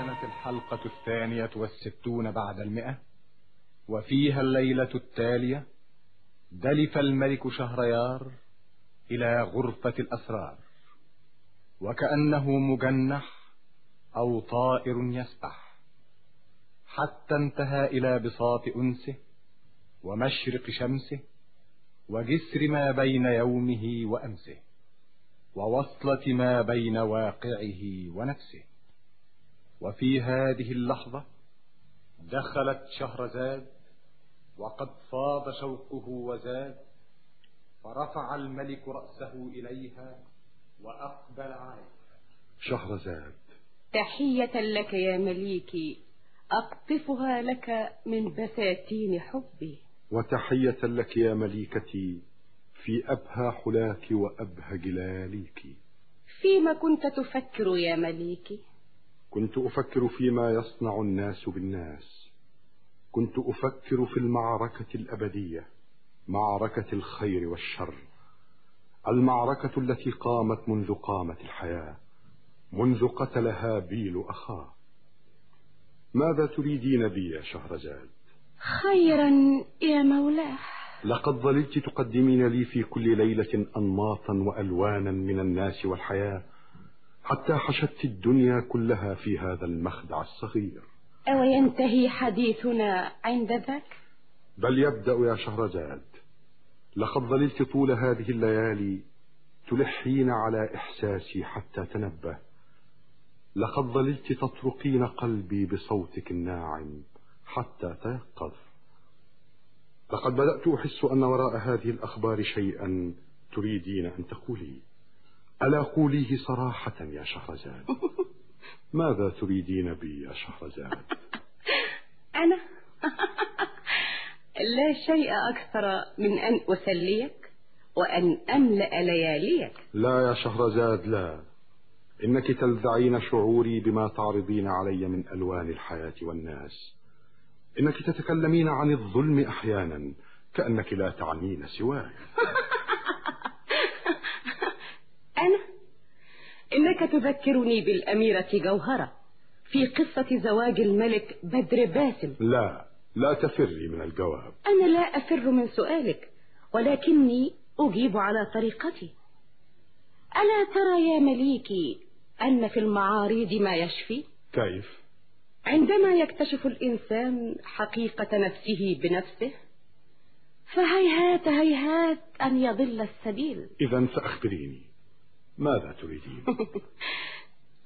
الحلقة الثانية والستون بعد المئة وفيها الليلة التالية دلف الملك شهريار إلى غرفة الأسرار وكأنه مجنح أو طائر يسبح حتى انتهى إلى بساط أنسه ومشرق شمسه وجسر ما بين يومه وأمسه ووصلة ما بين واقعه ونفسه وفي هذه اللحظة دخلت شهرزاد وقد فاض شوقه وزاد فرفع الملك رأسه إليها وأقبل عليها شهرزاد تحية لك يا مليكي أقطفها لك من بساتين حبي وتحية لك يا مليكتي في أبهى حلاك وأبهى جلاليك فيما كنت تفكر يا مليكي كنت أفكر فيما يصنع الناس بالناس كنت أفكر في المعركة الأبدية معركة الخير والشر المعركة التي قامت منذ قامت الحياة منذ قتل هابيل أخاه ماذا تريدين بي يا شهرزاد خيرا يا مولاه لقد ظللت تقدمين لي في كل ليلة أنماطا وألوانا من الناس والحياة حتى حشدت الدنيا كلها في هذا المخدع الصغير أوينتهي حديثنا عند ذاك بل يبدأ يا شهرزاد لقد ظللت طول هذه الليالي تلحين على إحساسي حتى تنبه لقد ظللت تطرقين قلبي بصوتك الناعم حتى تيقظ لقد بدأت أحس أن وراء هذه الأخبار شيئا تريدين أن تقولي ألا قوليه صراحة يا شهرزاد ماذا تريدين بي يا شهرزاد أنا لا شيء أكثر من أن أسليك وأن أملأ لياليك لا يا شهرزاد لا إنك تلذعين شعوري بما تعرضين علي من ألوان الحياة والناس إنك تتكلمين عن الظلم أحيانا كأنك لا تعنين سواه أنا إنك تذكرني بالأميرة جوهرة في قصة زواج الملك بدر باسم لا لا تفري من الجواب أنا لا أفر من سؤالك ولكني أجيب على طريقتي ألا ترى يا مليكي أن في المعاريض ما يشفي كيف عندما يكتشف الإنسان حقيقة نفسه بنفسه فهيهات هيهات أن يضل السبيل إذا فأخبريني ماذا تريدين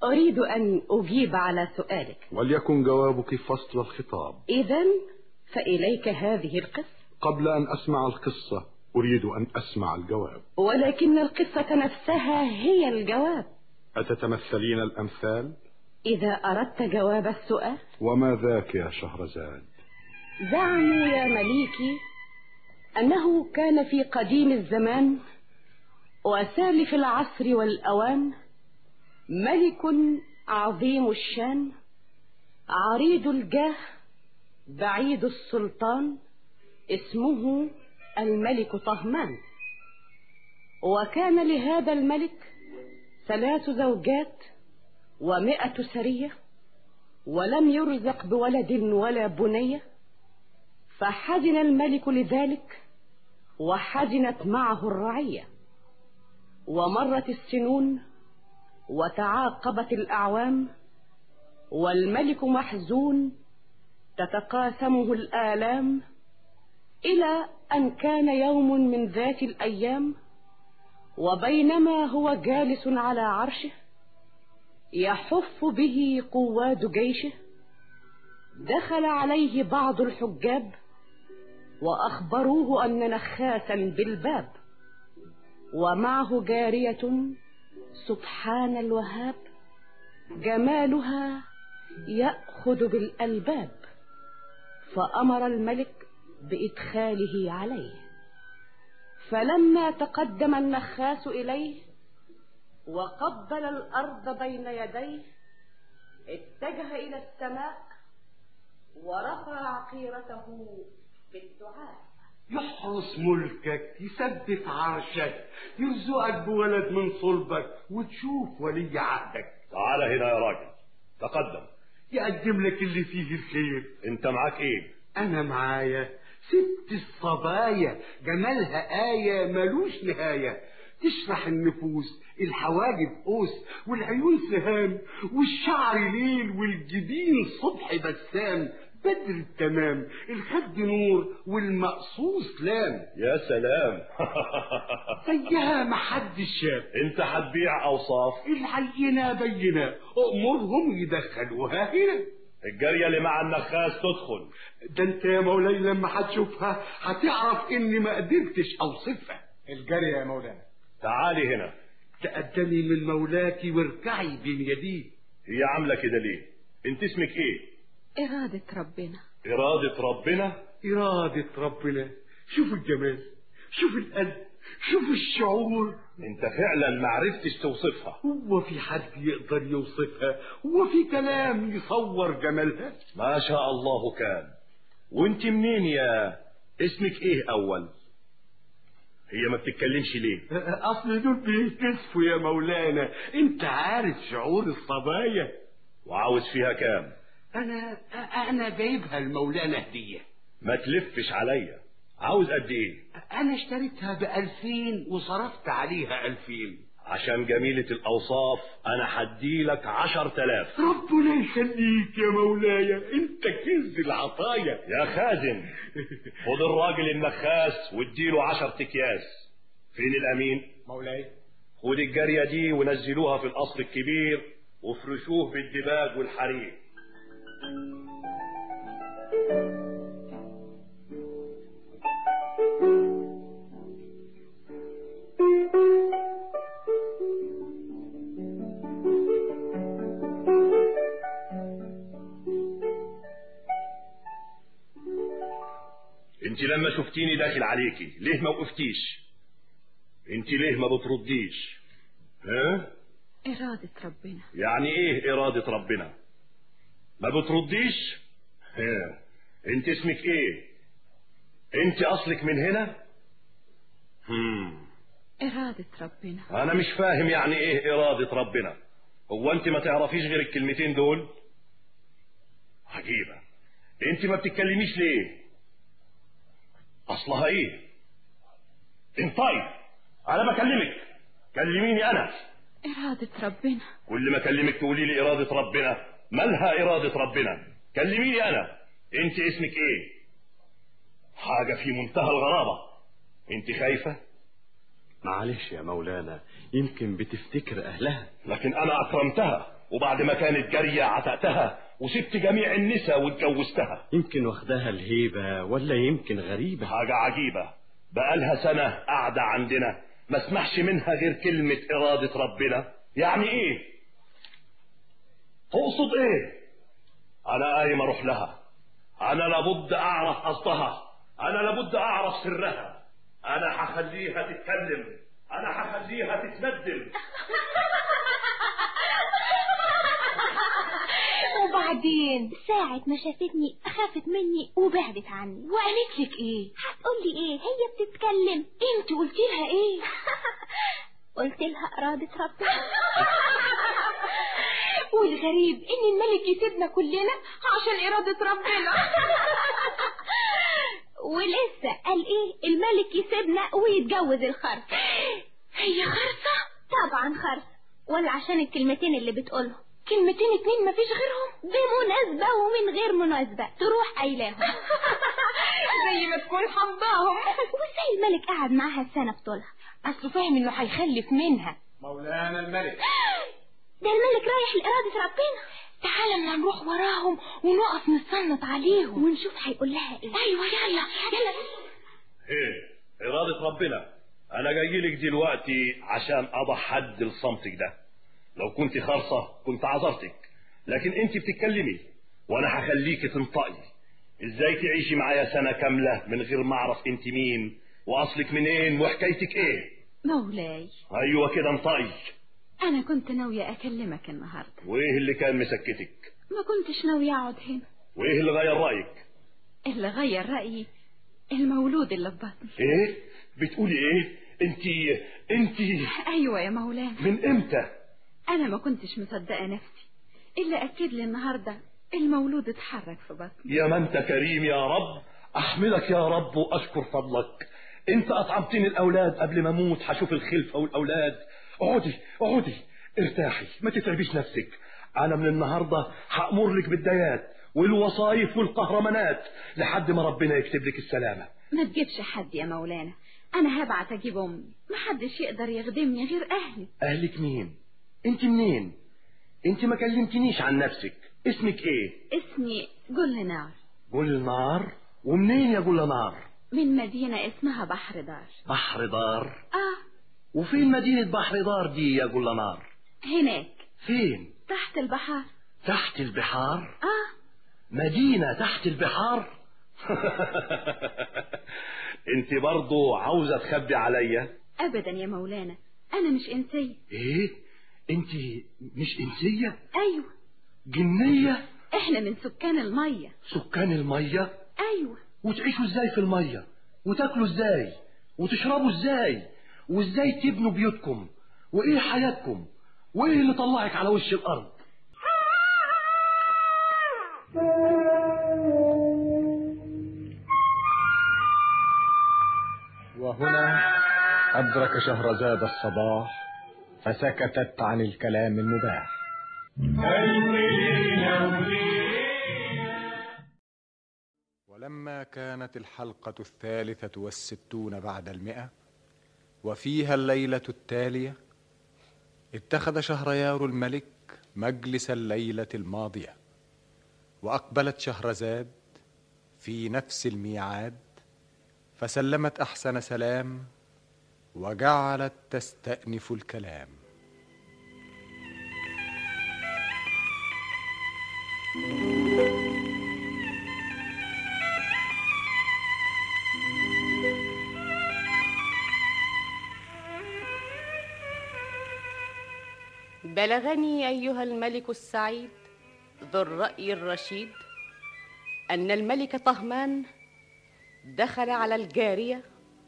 أريد أن أجيب على سؤالك وليكن جوابك فصل الخطاب إذا فإليك هذه القصة قبل أن أسمع القصة أريد أن أسمع الجواب ولكن القصة نفسها هي الجواب أتتمثلين الأمثال إذا أردت جواب السؤال وما ذاك يا شهرزاد زعموا يا مليكي أنه كان في قديم الزمان وسالف العصر والأوان ملك عظيم الشان عريض الجاه بعيد السلطان اسمه الملك طهمان وكان لهذا الملك ثلاث زوجات ومائة سرية ولم يرزق بولد ولا بنية فحزن الملك لذلك وحزنت معه الرعية ومرت السنون وتعاقبت الأعوام والملك محزون تتقاسمه الآلام إلى أن كان يوم من ذات الأيام وبينما هو جالس على عرشه يحف به قواد جيشه دخل عليه بعض الحجاب وأخبروه أن نخاسا بالباب ومعه جارية سبحان الوهاب جمالها يأخذ بالألباب فأمر الملك بإدخاله عليه فلما تقدم النخاس إليه وقبل الأرض بين يديه اتجه إلى السماء ورفع عقيرته بالدعاء يحرس ملكك يثبت عرشك يرزقك بولد من صلبك وتشوف ولي عهدك تعال هنا يا راجل تقدم يقدم لك اللي فيه الخير انت معاك ايه أنا معايا ست الصبايا جمالها آية ملوش نهاية تشرح النفوس الحواجب قوس والعيون سهام والشعر ليل والجبين صبح بسام بدر التمام الخد نور والمقصوص لام يا سلام زيها محدش شاف انت هتبيع اوصاف العينة بينة أمورهم يدخلوها هنا الجارية اللي مع النخاس تدخل ده انت يا مولاي لما هتشوفها هتعرف اني ما قدرتش اوصفها الجارية يا مولانا تعالي هنا تقدمي من مولاك واركعي بين يديه هي عاملة كده ليه انت اسمك ايه إرادة ربنا إرادة ربنا إرادة ربنا شوف الجمال شوف القلب شوف الشعور انت فعلا معرفتش توصفها هو في حد يقدر يوصفها هو في كلام يصور جمالها ما شاء الله كان وانت منين يا اسمك ايه اول هي ما بتتكلمش ليه أصل دول بيهتزفوا يا مولانا أنت عارف شعور الصبايا وعاوز فيها كام أنا أنا جايبها لمولانا هدية ما تلفش عليا عاوز قد ايه أنا اشتريتها بألفين وصرفت عليها ألفين عشان جميلة الأوصاف أنا هديلك عشر تلاف ربنا يخليك يا مولايا أنت كنز العطايا يا خازن خد الراجل النخاس واديله عشر تكياس فين الأمين مولاي خد الجارية دي ونزلوها في القصر الكبير وافرشوه بالدباج والحرير انت لما شفتيني داخل عليكي ليه ما وقفتيش انت ليه ما بترديش ها إرادة ربنا يعني ايه إرادة ربنا ما بترديش ها. انت اسمك ايه انت اصلك من هنا هم. إرادة ربنا انا مش فاهم يعني ايه إرادة ربنا هو انت ما تعرفيش غير الكلمتين دول عجيبة انت ما بتتكلميش ليه اصلها ايه انطي انا طيب. بكلمك كلميني انا إرادة ربنا كل ما اكلمك تقولي لي إرادة ربنا مالها إرادة ربنا كلميني أنا أنت اسمك إيه حاجة في منتهى الغرابة أنت خايفة معلش يا مولانا يمكن بتفتكر أهلها لكن أنا أكرمتها وبعد ما كانت جارية عتقتها وسبت جميع النساء واتجوزتها يمكن واخدها الهيبة ولا يمكن غريبة حاجة عجيبة بقالها سنة قاعدة عندنا ما اسمعش منها غير كلمة إرادة ربنا يعني إيه تقصد إيه أنا قايم أروح لها أنا لابد أعرف قصدها أنا لابد أعرف سرها أنا هخليها تتكلم أنا هخليها تتندم وبعدين ساعة ما شافتني خافت مني وبعدت عني وقالت لك إيه؟ هتقولي ايه هي بتتكلم أنت قلت لها إيه؟ قلت لها إرادة ربنا والغريب إن الملك يسيبنا كلنا عشان إرادة ربنا ولسه قال ايه الملك يسيبنا ويتجوز الخرس هي خرصة طبعا خرس ولا عشان الكلمتين اللي بتقولهم كلمتين اتنين مفيش غيرهم بمناسبة ومن غير مناسبة تروح قايلاهم زي ما تكون حمضاهم وازاي الملك قعد معاها السنة بطولها أصله فاهم إنه هيخلف منها مولانا الملك ده الملك رايح لإرادة ربنا تعال اما نروح وراهم ونقف نستنط عليهم ونشوف هيقول لها ايه أيوة يلا يلا إيه إرادة ربنا أنا جاي لك دلوقتي عشان أضع حد لصمتك ده لو كنت خرصة كنت عذرتك لكن أنت بتتكلمي وأنا هخليك تنطقي إزاي تعيشي معايا سنة كاملة من غير ما أعرف أنت مين وأصلك منين وحكايتك إيه مولاي أيوة كده انطقي أنا كنت ناوية أكلمك النهاردة وإيه اللي كان مسكتك ما كنتش ناوية أقعد هنا وإيه اللي غير رأيك اللي غير رأيي المولود اللي في بطني إيه بتقولي إيه أنت أنت أيوة يا مولانا من إمتى أنا ما كنتش مصدقة نفسي اللي أكد لي النهاردة المولود اتحرك في بطني يا ما انت كريم يا رب احمدك يا رب واشكر فضلك انت اطعمتني الاولاد قبل ما اموت هشوف الخلفه والاولاد اقعدي اقعدي ارتاحي ما تتعبيش نفسك انا من النهارده هامرك بالديات والوصايف والقهرمانات لحد ما ربنا يكتب لك السلامه ما تجيبش حد يا مولانا انا هبعت اجيب امي محدش يقدر يخدمني غير اهلي اهلك مين انت منين انت ما كلمتنيش عن نفسك اسمك ايه اسمي جل نار جل نار ومنين يا جل نار من مدينة اسمها بحر دار بحر دار اه وفين مدينة بحر دار دي يا جل نار هناك فين تحت البحر تحت البحار اه مدينة تحت البحار انت برضو عاوزة تخبي عليا ابدا يا مولانا انا مش انسية ايه انت مش انسية ايوه جنية احنا من سكان المية سكان المية ايوه وتعيشوا ازاي في المية وتاكلوا ازاي وتشربوا ازاي وازاي تبنوا بيوتكم وايه حياتكم وايه اللي طلعك على وش الارض وهنا أدرك شهرزاد الصباح فسكتت عن الكلام المباح ولما كانت الحلقة الثالثة والستون بعد المئة وفيها الليلة التالية اتخذ شهريار الملك مجلس الليلة الماضية وأقبلت شهرزاد في نفس الميعاد فسلمت احسن سلام وجعلت تستانف الكلام بلغني ايها الملك السعيد ذو الراي الرشيد ان الملك طهمان دخل على الجاريه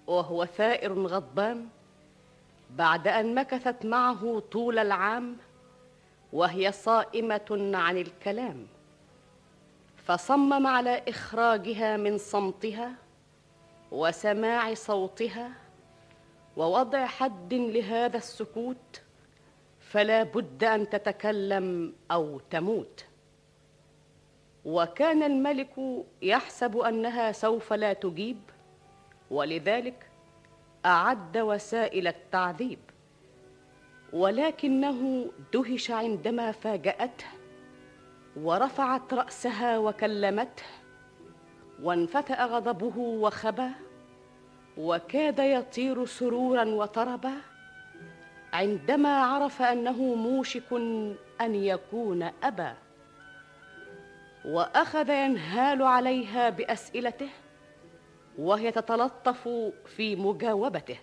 وهو ثائر غضبان بعد ان مكثت معه طول العام وهي صائمه عن الكلام فصمم على اخراجها من صمتها وسماع صوتها ووضع حد لهذا السكوت فلا بد ان تتكلم او تموت وكان الملك يحسب انها سوف لا تجيب ولذلك اعد وسائل التعذيب ولكنه دهش عندما فاجاته ورفعت راسها وكلمته وانفتا غضبه وخبا وكاد يطير سرورا وطربا عندما عرف انه موشك ان يكون ابا واخذ ينهال عليها باسئلته وهي تتلطف في مجاوبته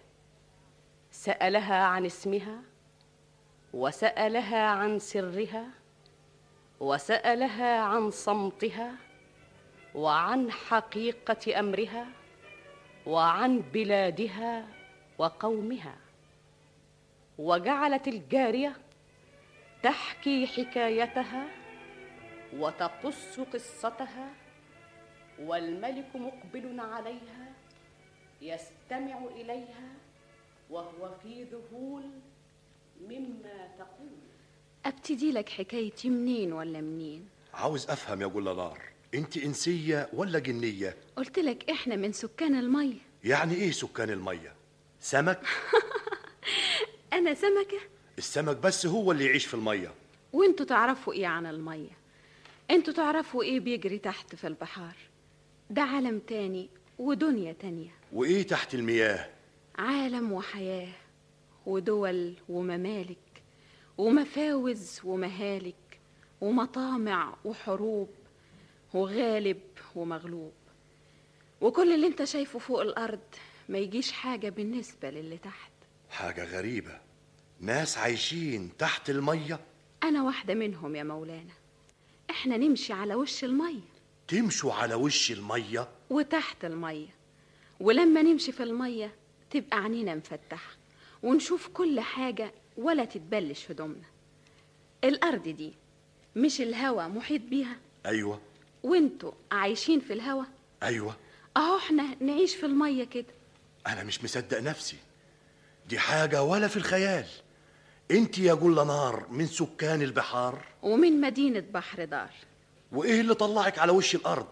سالها عن اسمها وسالها عن سرها وسالها عن صمتها وعن حقيقه امرها وعن بلادها وقومها وجعلت الجاريه تحكي حكايتها وتقص قصتها والملك مقبل عليها يستمع اليها وهو في ذهول مما تقول ابتدي لك حكايتي منين ولا منين عاوز افهم يا جل نار انت انسيه ولا جنيه قلت لك احنا من سكان المية يعني ايه سكان الميه سمك انا سمكة السمك بس هو اللي يعيش في الميه وانتوا تعرفوا ايه عن المية انتوا تعرفوا ايه بيجري تحت في البحار ده عالم تاني ودنيا تانية وايه تحت المياه عالم وحياة ودول وممالك ومفاوز ومهالك ومطامع وحروب وغالب ومغلوب وكل اللي انت شايفه فوق الأرض ما يجيش حاجة بالنسبة للي تحت حاجه غريبه ناس عايشين تحت الميه أنا واحدة منهم يا مولانا احنا نمشي على وش المية تمشوا على وش الميه وتحت المية ولما نمشي في المية تبقى عينينا مفتحة ونشوف كل حاجة ولا تتبلش هدومنا الأرض دي مش الهوا محيط بيها ايوه وانتوا عايشين في الهوا ايوه اهو احنا نعيش في الميه كده انا مش مصدق نفسي دي حاجه ولا في الخيال انت يا جل نار من سكان البحار ومن مدينه بحر دار وايه اللي طلعك على وش الارض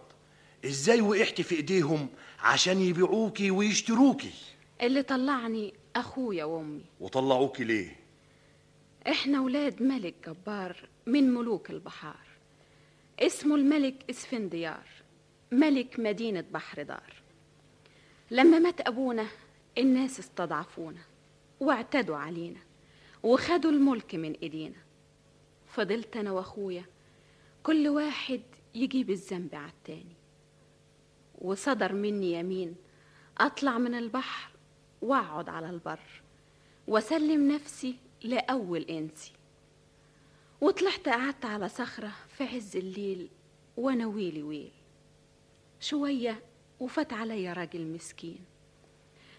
ازاي وقعتي في ايديهم عشان يبيعوكي ويشتروكي اللي طلعني اخويا وامي وطلعوكي ليه احنا ولاد ملك جبار من ملوك البحار اسمه الملك اسفنديار ملك مدينة بحر دار لما مات أبونا الناس استضعفونا واعتدوا علينا وخدوا الملك من إيدينا فضلت أنا وأخويا كل واحد يجيب الذنب على التاني وصدر مني يمين أطلع من البحر وأقعد على البر وأسلم نفسي لأول إنسي وطلعت قعدت على صخرة في عز الليل وأنا ويلي ويل شوية وفات عليا راجل مسكين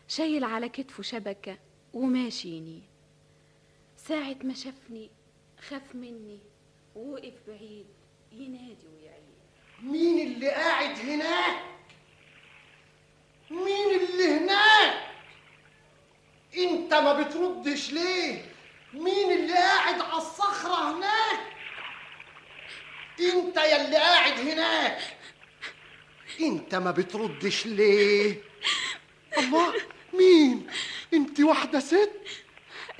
شايل على كتفه شبكة وماشي يمين ساعة ما شافني خاف مني ووقف بعيد ينادي ويعيد مين اللي قاعد هناك مين اللي هناك انت ما بتردش ليه مين اللي قاعد على الصخره هناك انت يا اللي قاعد هناك انت ما بتردش ليه الله مين انت واحده ست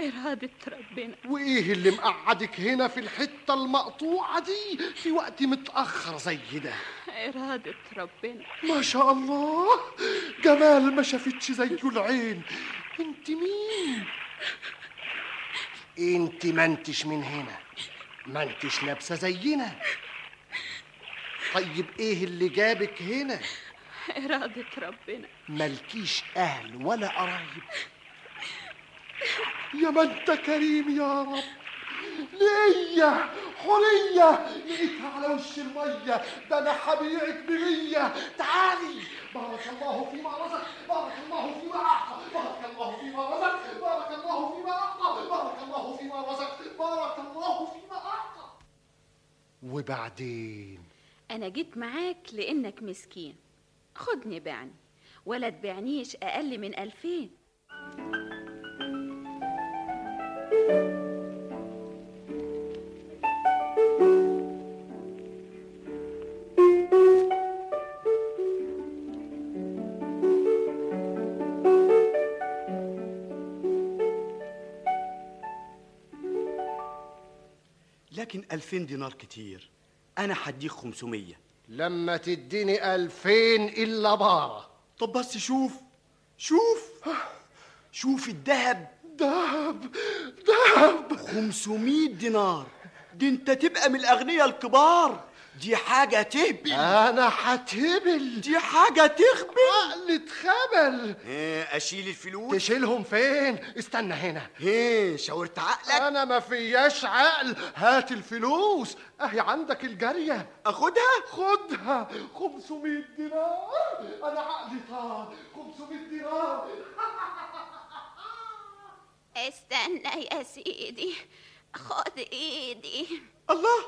إرادة ربنا وايه اللي مقعدك هنا في الحته المقطوعه دي في وقت متاخر زي ده إرادة ربنا ما شاء الله جمال ما شافتش زيه العين انت مين انت ما انتش من هنا ما انتش لابسه زينا طيب ايه اللي جابك هنا إرادة ربنا ملكيش اهل ولا قرايب يا ما انت كريم يا رب ليا حورية لقيتها على وش المية ده انا هبيعك بغية تعالي بارك الله فيما رزق بارك الله فيما أعطى بارك الله فيما رزق بارك الله فيما أعطى بارك الله فيما رزق بارك الله فيما أعطى وبعدين أنا جيت معاك لأنك مسكين خدني بعني ولا تبيعنيش أقل من ألفين لكن 2000 دينار كتير انا هديك 500 لما تديني ألفين إلا بارة طب بس شوف شوف شوف الذهب دهب دهب 500 دينار دي انت تبقى من الاغنياء الكبار دي حاجه تهبل انا هتهبل دي حاجه تخبل عقل خبل ايه اشيل الفلوس تشيلهم فين استنى هنا ايه شاورت عقلك انا ما فياش عقل هات الفلوس اهي عندك الجاريه اخدها خدها 500 دينار انا عقلي طار 500 دينار استنى يا سيدي خد ايدي الله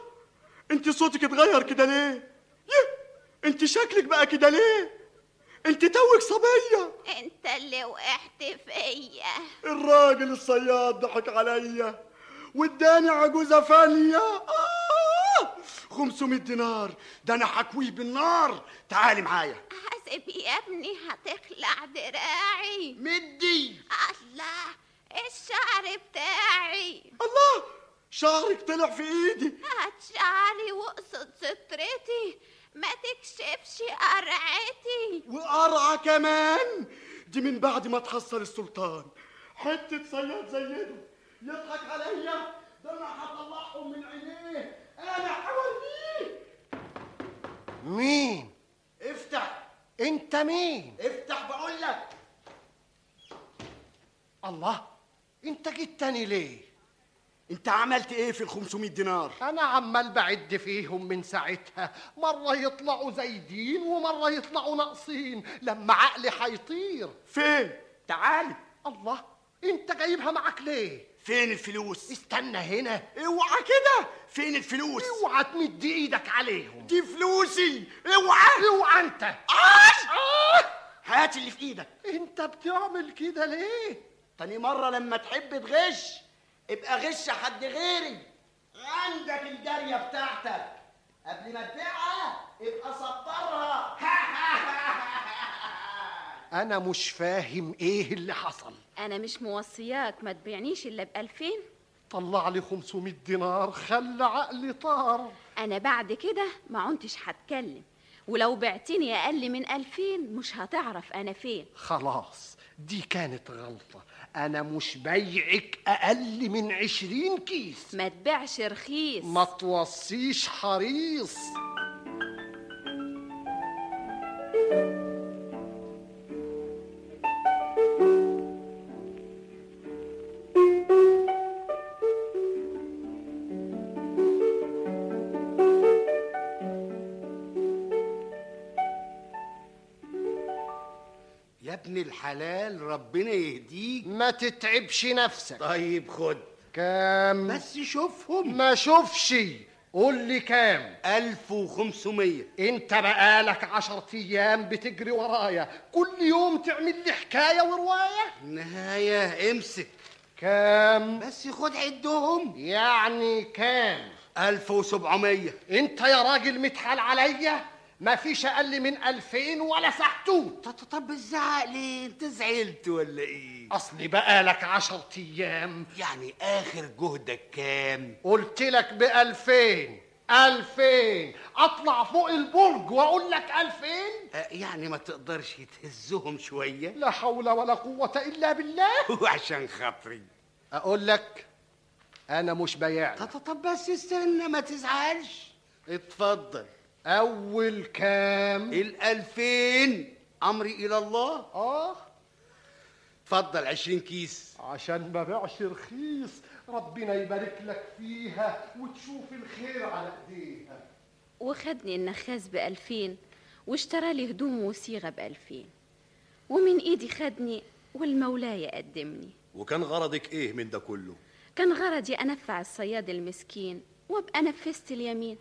انت صوتك اتغير كده ليه يه انت شكلك بقى كده ليه انت توك صبيه انت اللي وقعت فيا الراجل الصياد ضحك عليا واداني عجوزه فانيه آه! 500 دينار ده انا هكويه بالنار تعالي معايا حاسب يا ابني هتخلع دراعي مدي الله الشعر بتاعي الله شعرك طلع في ايدي هات شعري واقصد سترتي ما تكشفش قرعتي وقرعه كمان دي من بعد ما تحصل السلطان حته صياد زي ده يضحك عليا ده انا هطلعهم من عينيه انا هوريه مين افتح انت مين افتح بقول لك الله انت جيت تاني ليه انت عملت ايه في ال 500 دينار انا عمال بعد فيهم من ساعتها مره يطلعوا زايدين ومره يطلعوا ناقصين لما عقلي هيطير فين تعالي الله انت جايبها معاك ليه فين الفلوس استنى هنا اوعى كده فين الفلوس اوعى تمد ايدك عليهم دي فلوسي اوعى اوعى انت آه! عاش هات اللي في ايدك انت بتعمل كده ليه تاني مرة لما تحب تغش ابقى غش حد غيري عندك الجارية بتاعتك قبل ما تبيعها ابقى سطرها انا مش فاهم ايه اللي حصل أنا مش موصياك ما تبيعنيش إلا بألفين طلع لي 500 دينار خلى عقلي طار أنا بعد كده ما عنتش هتكلم ولو بعتني أقل من ألفين مش هتعرف أنا فين خلاص دي كانت غلطة أنا مش بيعك أقل من عشرين كيس ما تبيعش رخيص ما توصيش حريص يا ابن الحلال ربنا يهديك ما تتعبش نفسك طيب خد كام بس شوفهم ما شوفش قول لي كام ألف وخمسمية انت بقالك عشر ايام بتجري ورايا كل يوم تعمل لي حكايه وروايه نهاية امسك كام بس خد عدهم يعني كام ألف وسبعمية انت يا راجل متحال عليا مفيش اقل من الفين ولا سحتوت طب طب الزعق ليه انت زعلت ولا ايه اصلي بقالك عشر ايام يعني اخر جهدك كام قلت لك بألفين ألفين أطلع فوق البرج وأقول لك ألفين آه، يعني ما تقدرش تهزهم شويه لا حول ولا قوة إلا بالله وعشان خاطري أقول لك أنا مش بياع طب طب بس استنى ما تزعلش اتفضل أول كام الألفين أمري إلى الله آه اتفضل عشرين كيس عشان ما بيعش رخيص ربنا يبارك لك فيها وتشوف الخير على ايديها وخدني النخاس بألفين واشترى لي هدوم وصيغة بألفين ومن إيدي خدني والمولاي قدمني وكان غرضك ايه من ده كله كان غرضي أنفع الصياد المسكين وأبقى نفذت اليمين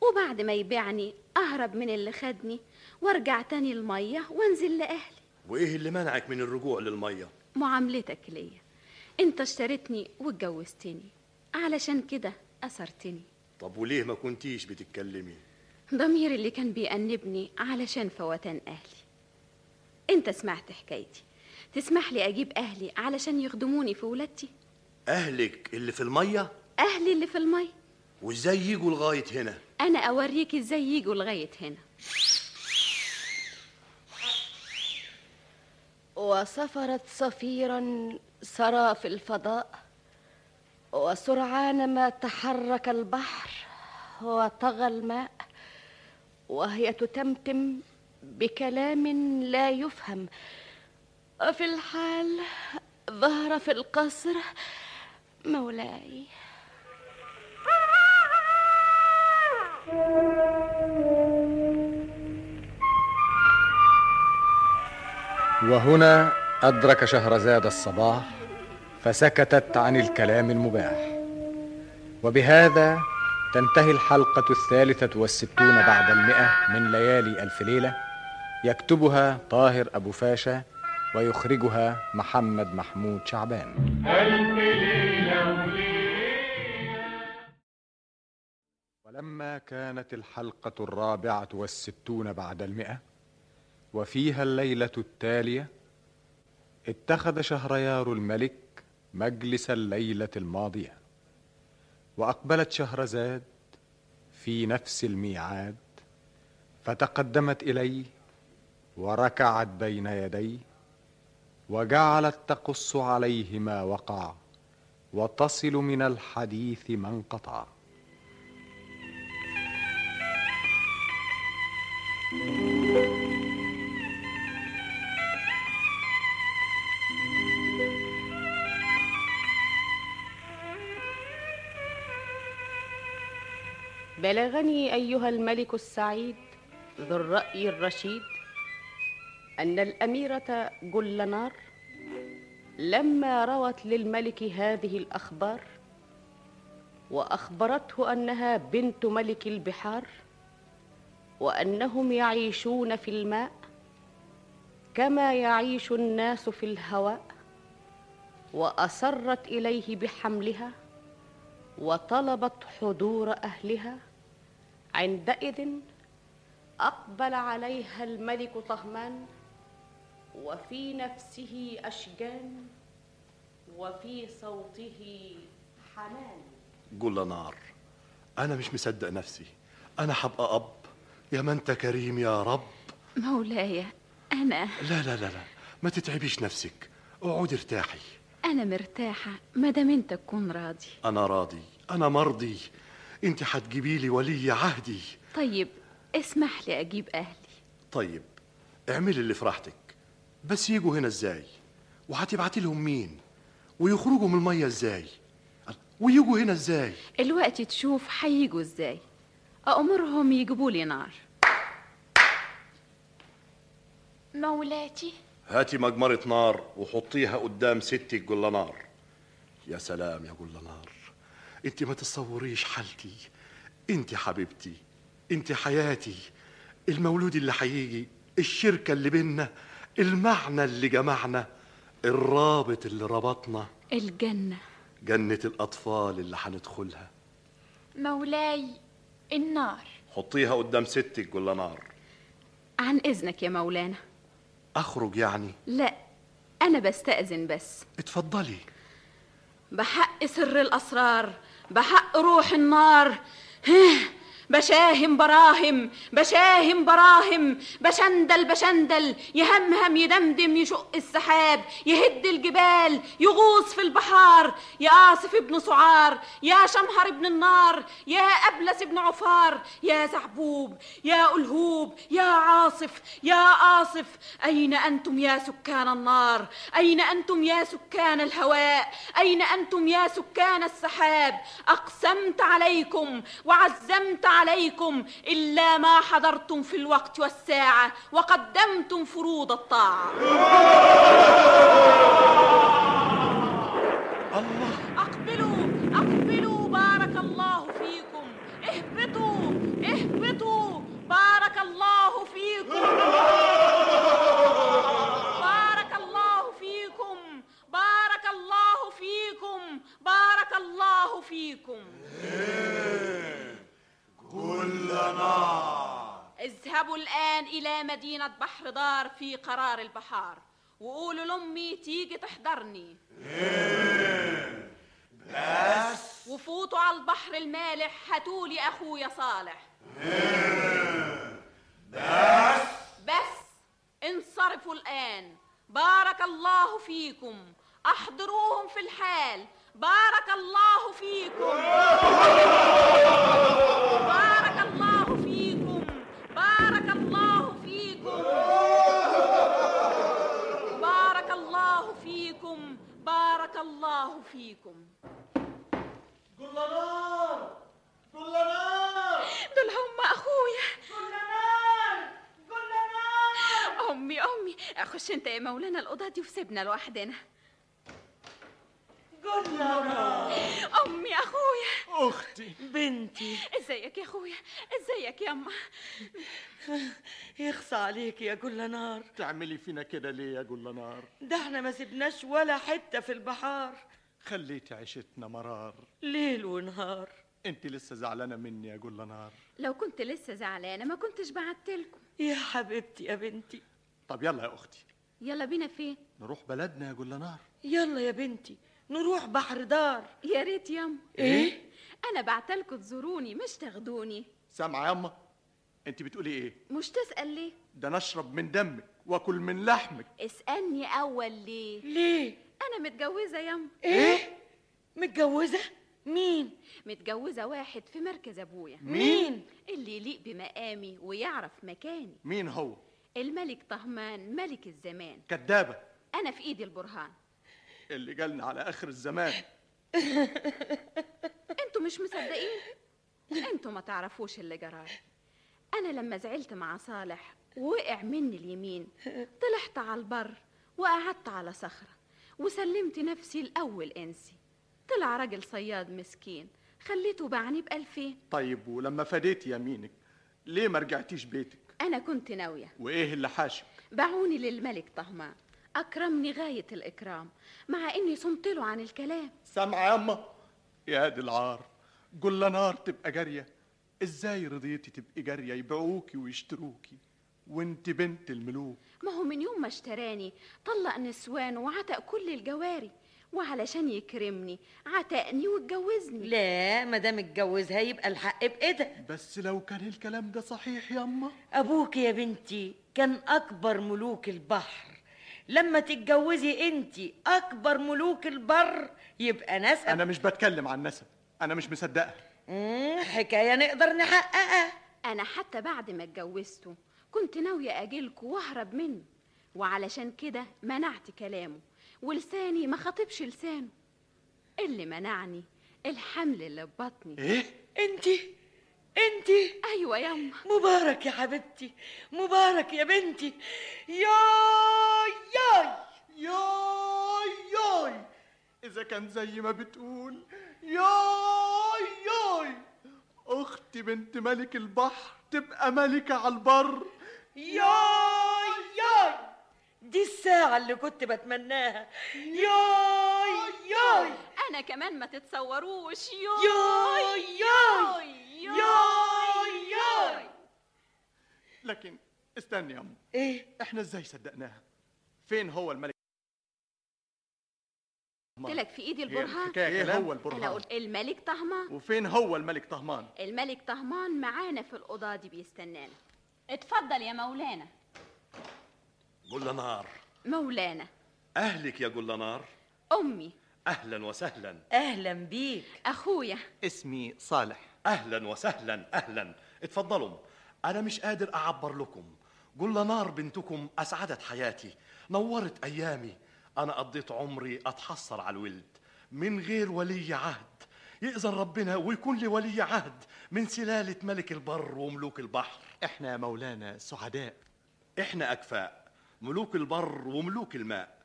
وبعد ما يبيعني أهرب من اللي خدني وأرجع تاني المية وأنزل لأهلي وايه اللي منعك من الرجوع للميه معاملتك ليا أنت اشتريتني واتجوزتني علشان كده أثرتني طب وليه ما كنتيش بتتكلمي ضميري اللي كان بيأنبني علشان فوتان أهلي أنت سمعت حكايتي تسمح لي أجيب أهلي علشان يخدموني في ولادتي اهلك اللي في الميه أهلي اللي في المي وازاي يجوا لغايه هنا أنا أوريك إزاي يجوا لغاية هنا وسفرت صفيرا سرى في الفضاء وسرعان ما تحرك البحر وطغى الماء وهي تتمتم بكلام لا يفهم وفي الحال ظهر في القصر مولاي وهنا أدرك شهرزاد الصباح فسكتت عن الكلام المباح وبهذا تنتهي الحلقة الثالثة والستون بعد المئة من ليالي ألف ليلة يكتبها طاهر أبو فاشا ويخرجها محمد محمود شعبان ألف ليلة وليلة ولما كانت الحلقة الرابعة والستون بعد المئة وفيها الليلة التالية اتخذ شهريار الملك مجلس الليلة الماضية وأقبلت شهرزاد في نفس الميعاد فتقدمت إليه وركعت بين يديه وجعلت تقص عليه ما وقع وتصل من الحديث ما انقطع بلغني ايها الملك السعيد ذو الراي الرشيد ان الاميره جلنار لما روت للملك هذه الأخبار وأخبرته أنها بنت ملك البحار وأنهم يعيشون في الماء كما يعيش الناس في الهواء وأسرت إليه بحملها وطلبت حضور أهلها عندئذ أقبل عليها الملك طهمان وفي نفسه أشجان وفي صوته حنان جل نار انا مش مصدق نفسي انا هبقى اب يا ما انت كريم يا رب مولاي أنا لا لا لا لا ما تتعبيش نفسك اقعدي ارتاحي أنا مرتاحة ما دام أنت تكون راضي انا راضي انا مرضي انت هتجيبي لي ولي عهدي طيب اسمح لي أجيب أهلي طيب اعملي اللي في راحتك بس يجوا هنا ازاي وهتبعتي لهم مين ويخرجوا من الميه ازاي ويجوا هنا ازاي الوقت تشوف هيجوا إزاي أأمرهم يجيبوا لي نار مولاتي هاتي مجمرة نار وحطيها قدام ستك جل نار يا سلام يا جل نار انت ما تتصوريش حالتي انت حبيبتي انت حياتي المولود اللي هيجي الشركة اللي بينا المعنى اللي جمعنا الرابط اللي ربطنا الجنة جنة الأطفال اللي هندخلها مولاي النار حطيها قدام ستك جل نار عن إذنك يا مولانا أخرج يعني لا أنا بستأذن بس اتفضلي بحق سر الأسرار بحق روح النار بشاهم براهم بشاهم براهم بشندل بشندل يهمهم يدمدم يشق السحاب يهد الجبال يغوص في البحار يا آسف ابن سعار يا شمهر ابن النار يا أبلس ابن عفار يا زعبوب يا ألهوب يا عاصف يا آصف أين أنتم يا سكان النار أين أنتم يا سكان الهواء أين أنتم يا سكان السحاب أقسمت عليكم وعزمت عليكم إلا ما حضرتم في الوقت والساعة وقدمتم فروض الطاعة أقبلوا أقبلوا بارك الله فيكم اهبطوا اهبطوا بارك الله فيكم بارك الله فيكم بارك الله فيكم بارك الله فيكم اذهبوا الآن إلى مدينة بحر دار في قرار البحار وقولوا لأمي تيجي تحضرني بس وفوتوا على البحر المالح هاتولي أخويا صالح بس بس انصرفوا الآن بارك الله فيكم أحضروهم في الحال بارك الله فيكم بارك الله فيكم بارك الله فيكم بارك الله فيكم بارك الله فيكم قل نار قل نار دول هم أخويا أمي أمي خش أنت يا مولانا الأوضة دي وسيبنا لوحدنا قل نار أمي أخويا أختي بنتي ازيك يا أخويا ازيك يا أما يخصى عليك يا جل نار تعملي فينا كده ليه يا جل نار ده احنا ما سبناش ولا حتة في البحار خليتي عيشتنا مرار ليل ونهار انت لسه زعلانه مني يا جل نار لو كنت لسه زعلانة ما كنتش بعتلكم يا حبيبتي يا بنتي طب يلا يا اختي يلا بينا فين نروح بلدنا يا جل نار يلا يا بنتي نروح بحر دار يا ريت ياما ايه أنا بعتلكم تزوروني مش تاخدوني سامعه يا اما انت بتقولي ايه مش تسأل ليه ده نشرب من دمك واكل من لحمك اسألني أول ليه ليه أنا متجوزة ياما ايه متجوزة مين متجوزة واحد في مركز أبويا مين؟ اللي يليق بمقامي ويعرف مكاني مين هو الملك طهمان ملك الزمان كدابه أنا في إيدي البرهان اللي جالنا على اخر الزمان انتوا مش مصدقين انتوا ما تعرفوش اللي جرالي انا لما زعلت مع صالح وقع مني اليمين طلعت على البر وقعدت على صخره وسلمت نفسي الأول أنسي طلع راجل صياد مسكين خليته باعني بألفين طيب ولما فديت يمينك ليه ما رجعتيش بيتك أنا كنت ناوية وايه اللي حاشك باعوني للملك طهمان أكرمني غاية الإكرام مع إني صمت له عن الكلام سامعه يا اما يا دي العار جل نار تبقى جاريه ازاي رضيتي تبقي جاريه يبيعوكي ويشتروكي وانت بنت الملوك ما هو من يوم ما اشتراني طلق نسوانه وعتق كل الجواري وعلشان يكرمني عتقني واتجوزني لا ما دام اتجوزها يبقى الحق بايدها بس لو كان الكلام ده صحيح يما ابوك يا بنتي كان اكبر ملوك البحر لما تتجوزي انتي اكبر ملوك البر يبقى نسب انا مش بتكلم عن نسب انا مش مصدقها مم، حكايه نقدر نحققها أنا حتى بعد ما اتجوزته كنت ناوية أجيلكوا وأهرب منه وعلشان كده منعت كلامه ولساني ما خاطبش لسانه اللي منعني الحمل اللي في بطني إيه؟ انتي انتي ايوه يا أم مبارك يا حبيبتي مبارك يا بنتي ياي ياي ياي ياي إذا كان زي ما بتقول ياي ياي أختي بنت ملك البحر تبقى ملكة على البر ياي ياي دي الساعة اللي كنت بتمناها ياي ياي أنا كمان ما تتصوروش ياي ياي ياي ياي لكن استني يا أم إيه؟ إحنا إزاي صدقناها؟ فين هو الملك؟ قلت لك في إيدي البرهان الحكاية إيه هو البرهان؟ أنا قلت إيه؟ الملك طهمان وفين هو الملك طهمان؟ الملك طهمان معانا في الأوضة دي بيستنانا اتفضل يا مولانا جل نار مولانا اهلك يا جل نار أمي اهلا وسهلا أهلا بيك أخويا اسمي صالح اهلا وسهلا اهلا اتفضلوا انا مش قادر اعبر لكم جل نار بنتكم اسعدت حياتي نورت ايامي انا قضيت عمري اتحصر على الولد من غير ولي عهد يأذن ربنا ويكون لي ولي عهد من سلالة ملك البر وملوك البحر إحنا يا مولانا سعداء إحنا أكفاء ملوك البر وملوك الماء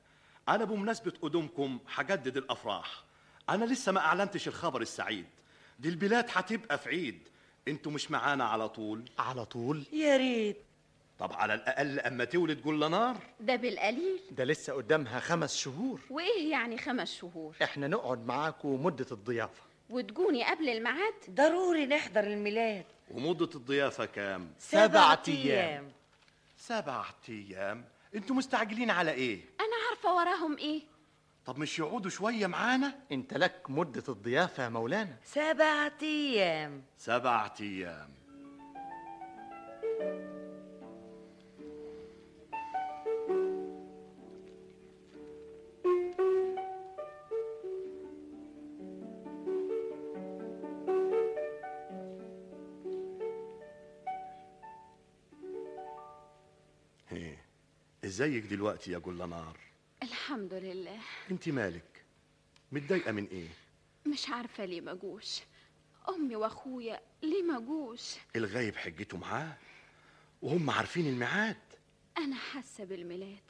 أنا بمناسبة قدومكم هجدد الأفراح أنا لسه ما أعلنتش الخبر السعيد دي البلاد هتبقى في عيد انتوا مش معانا على طول على طول يا ريت طب على الأقل أما تولد جل نار ده بالقليل ده لسه قدامها خمس شهور وإيه يعني خمس شهور إحنا نقعد معاكوا مدة الضيافة وتجوني قبل الميعاد ضروري نحضر الميلاد ومدة الضيافة كام؟ سبعة أيام. سبعة أيام انتوا مستعجلين على إيه؟ أنا عارفة وراهم إيه طب مش يقعدوا شوية معانا؟ أنت لك مدة الضيافة يا مولانا سبعة أيام سبعة أيام إيه، ازيك دلوقتي يا جل نار؟ الحمد لله انت مالك؟ متضايقة من ايه؟ مش عارفة ليه ما جوش أمي وأخويا ليه ما جوش الغايب حجته معاه وهم عارفين الميعاد أنا حاسة بالميلاد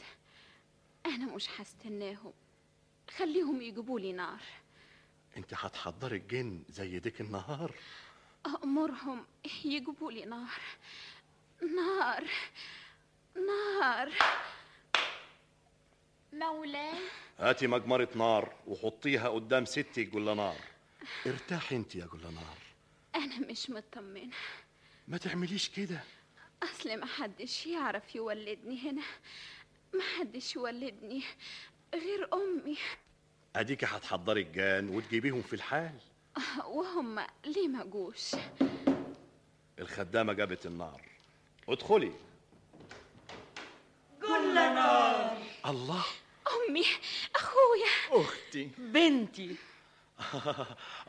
أنا مش هستناهم خليهم يجيبوا لي نار انت هتحضري الجن زي ديك النهار أأمرهم يجيبوا لي نار نار نار مولاي هاتي مجمرة نار وحطيها قدام ستك جل نار ارتاحي انت يا جل نار أنا مش مطمنة ما تعمليش كده أصل محدش يعرف يولدني هنا محدش يولدني غير أمي اديكي هتحضري الجان وتجيبيهم في الحال وهم ليه ما جوش الخدامة جابت النار ادخلي كل نار الله أمي أخويا أختي بنتي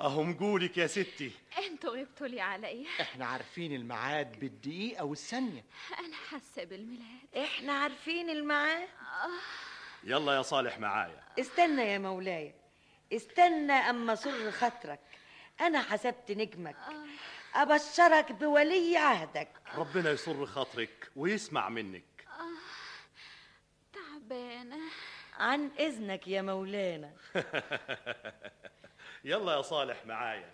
اهم جولك يا ستي أنتوا غبتوا لي إيه؟ عليا إحنا عارفين الميعاد بالدقيقة والثانية أنا حاسة بالميلاد آه. احنا عارفين الميعاد يلا يا صالح معايا استنى يا مولاي استنى اما سر خاطرك انا حسبت نجمك آه. ابشرك بولي عهدك ربنا يسر خاطرك ويسمع منك تعبانة عن إذنك يا مولانا يلا يا صالح معايا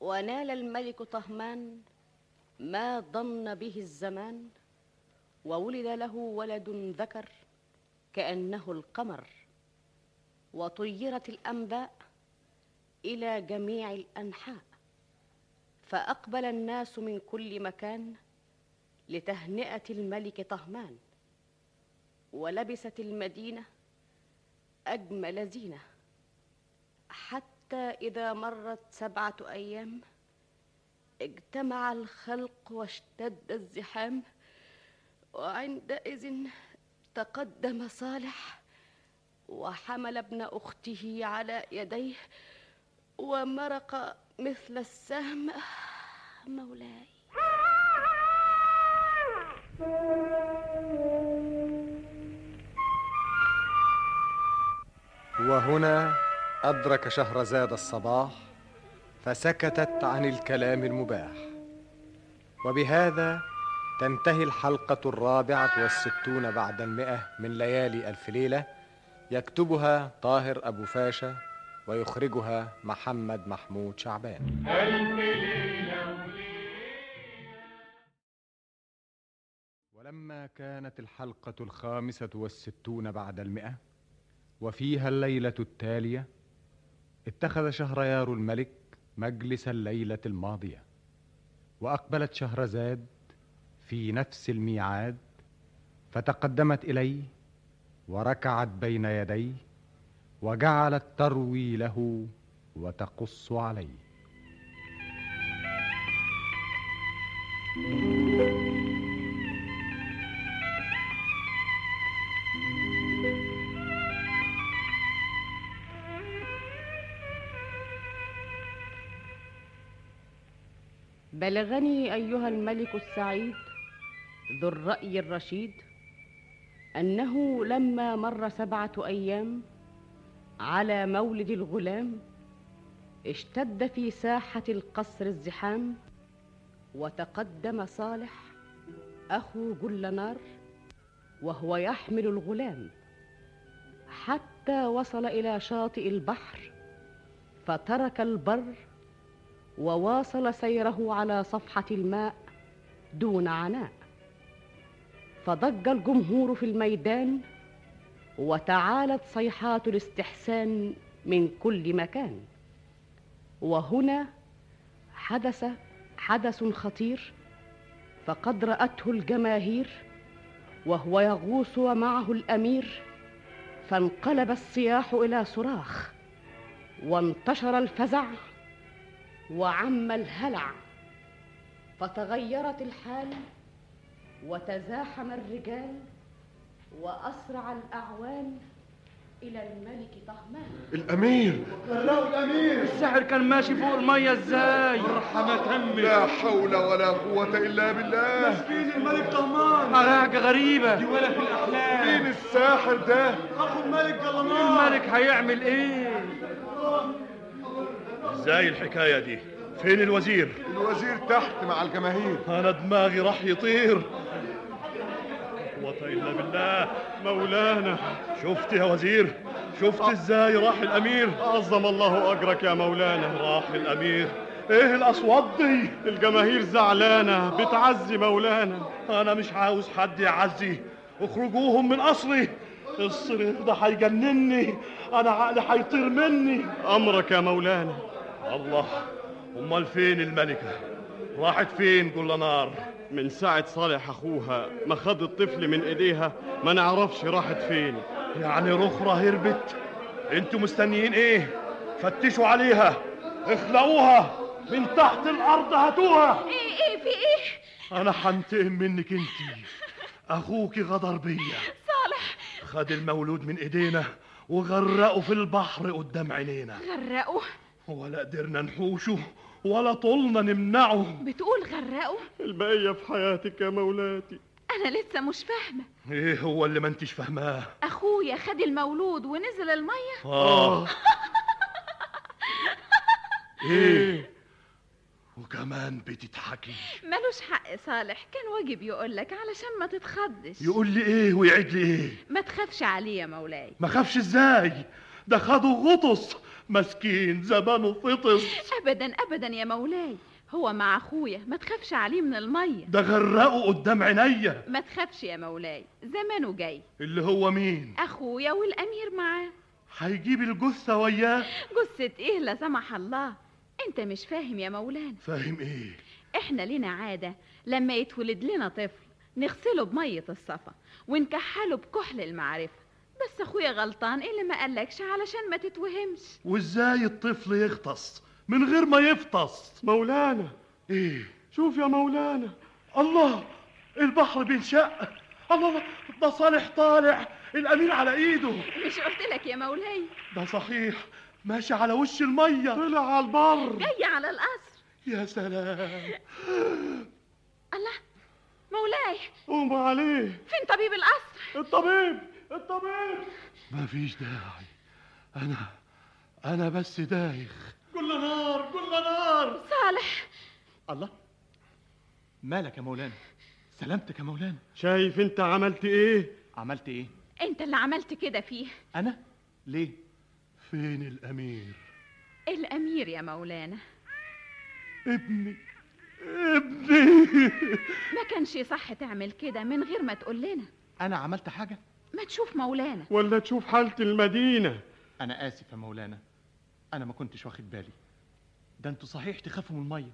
ونال الملك طهمان ما ضمن به الزمان وولد له ولد ذكر كأنه القمر وطيرت الأنباء إلى جميع الأنحاء فأقبل الناس من كل مكان لتهنئة الملك طهمان ولبست المدينة أجمل زينة حتى إذا مرت سبعة أيام اجتمع الخلق واشتد الزحام وعندئذ تقدم صالح وحمل ابن أخته على يديه ومرق مثل السهم مولاي وهنا أدرك شهرزاد الصباح فسكتت عن الكلام المباح وبهذا تنتهي الحلقة الرابعة والستون بعد المئة من ليالي ألف ليلة يكتبها طاهر أبو فاشا ويخرجها محمد محمود شعبان ألف ليلة وليلة ولما كانت الحلقة الخامسة والستون بعد المئة وفيها الليلة التالية اتخذ شهريار الملك مجلس الليلة الماضية وأقبلت شهرزاد في نفس الميعاد فتقدمت إليه وركعت بين يديه وجعلت تروي له وتقص عليه بلغني ايها الملك السعيد ذو الراي الرشيد انه لما مر سبعه ايام على مولد الغلام اشتد في ساحه القصر الزحام وتقدم صالح اخو جل نار وهو يحمل الغلام حتى وصل الى شاطئ البحر فترك البر وواصل سيره على صفحة الماء دون عناء فضج الجمهور في الميدان وتعالت صيحات الاستحسان من كل مكان وهنا حدث حدث خطير فقد رأته الجماهير وهو يغوص ومعه الأمير فانقلب الصياح إلى صراخ وانتشر الفزع وعم الهلع فتغيرت الحال وتزاحم الرجال وأسرع الأعوان إلى الملك طهمان الأمير جراوا الأمير الساحر كان ماشي فوق المية إزاي مرحمة أمي لا حول ولا قوة إلا بالله مسكين الملك طهمان حاجة غريبة دي ولا في الأحلام مين الساحر ده؟ أخو الملك جلنار الملك هيعمل إيه؟ ازاي الحكايه دي فين الوزير الوزير تحت مع الجماهير انا دماغي راح يطير قوه الا بالله مولانا شفت يا وزير شفت ازاي راح الامير عظم الله اجرك يا مولانا راح الامير ايه الاصوات دي الجماهير زعلانه بتعزي مولانا انا مش عاوز حد يعزي اخرجوهم من قصري الصريخ ده هيجنني انا عقلي هيطير مني امرك يا مولانا الله امال فين الملكه راحت فين كل نار من ساعة صالح أخوها ما خد الطفل من إيديها ما نعرفش راحت فين يعني رخرة هربت انتوا مستنيين ايه فتشوا عليها اخلقوها من تحت الارض هاتوها ايه ايه في ايه انا هنتقم منك انتي اخوكي غدر بيا صالح خد المولود من ايدينا وغرقه في البحر قدام عينينا غرقوا ولا قدرنا نحوشه ولا طولنا نمنعه بتقول غرقوا البقية في حياتك يا مولاتي انا لسه مش فاهمه ايه هو اللي ما انتش فاهماه اخويا خد المولود ونزل الميه إيه. آه. ايه وكمان بتضحكي ملوش حق صالح كان واجب يقول لك علشان ما تتخضش يقول لي ايه ويعيد لي ايه ما تخافش عليه يا مولاي ما خافش ازاي ده خده غطس مسكين زمانه فطس ابدا ابدا يا مولاي هو مع اخويا ما تخافش عليه من الميه ده غرقه قدام عينيا ما تخافش يا مولاي زمانه جاي اللي هو مين اخويا والامير معاه هيجيب الجثه وياه جثه ايه لا سمح الله انت مش فاهم يا مولانا فاهم ايه احنا لنا عاده لما يتولد لنا طفل نغسله بميه الصفا ونكحله بكحل المعرفه بس اخويا غلطان إيه اللي ما قالكش علشان ما تتوهمش وازاي الطفل يغطس من غير ما يفطس مولانا ايه شوف يا مولانا الله البحر بينشق الله الله ده صالح طالع الامير على ايده مش قلت لك يا مولاي ده صحيح ماشي على وش الميه طلع على البر جاي على القصر يا سلام الله مولاي قوم عليه إيه؟ فين طبيب القصر الطبيب الطبيب مفيش داعي انا انا بس دايخ كل نار كل نار صالح الله مالك يا مولانا سلامتك يا مولانا شايف انت عملت ايه عملت ايه انت اللي عملت كده فيه انا ليه فين الامير الامير يا مولانا ابني ابني ما كانش صح تعمل كده من غير ما تقول لنا انا عملت حاجه ما تشوف مولانا ولا تشوف حالة المدينة أنا آسف يا مولانا أنا ما كنتش واخد بالي ده أنتوا صحيح تخافوا من المية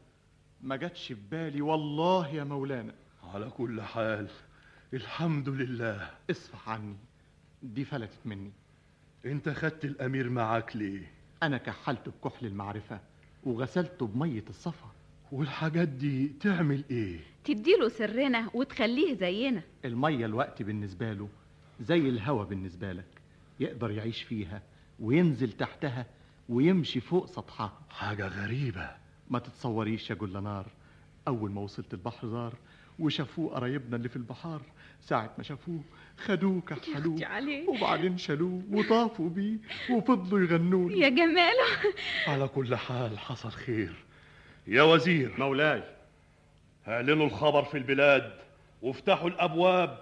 ما جاتش في بالي والله يا مولانا على كل حال الحمد لله اصفح عني دي فلتت مني انت خدت الامير معاك ليه أنا كحلته بكحل المعرفة وغسلته بمية الصفا والحاجات دي تعمل ايه تديله سرنا وتخليه زينا المية الوقت بالنسبة له زي الهوا بالنسبة لك يقدر يعيش فيها وينزل تحتها ويمشي فوق سطحها حاجة غريبة ما تتصوريش يا جل نار أول ما وصلت البحر زار وشافوه قرايبنا اللي في البحار ساعة ما شافوه خدوه كحلوه وبعدين شالوه وطافوا بيه وفضلوا يغنوا يا جماله على كل حال حصل خير يا وزير مولاي اعلنوا الخبر في البلاد وافتحوا الابواب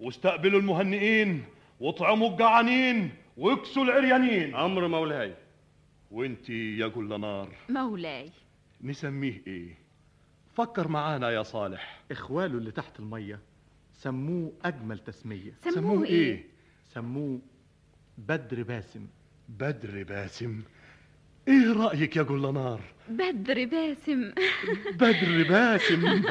واستقبلوا المهنئين واطعموا الجعانين واكسوا العريانين امر مولاي وانت يا جل نار مولاي نسميه ايه فكر معانا يا صالح اخواله اللي تحت الميه سموه اجمل تسميه سموه, سموه ايه, إيه؟ سموه بدر باسم بدر باسم ايه رايك يا جل نار بدر باسم بدر باسم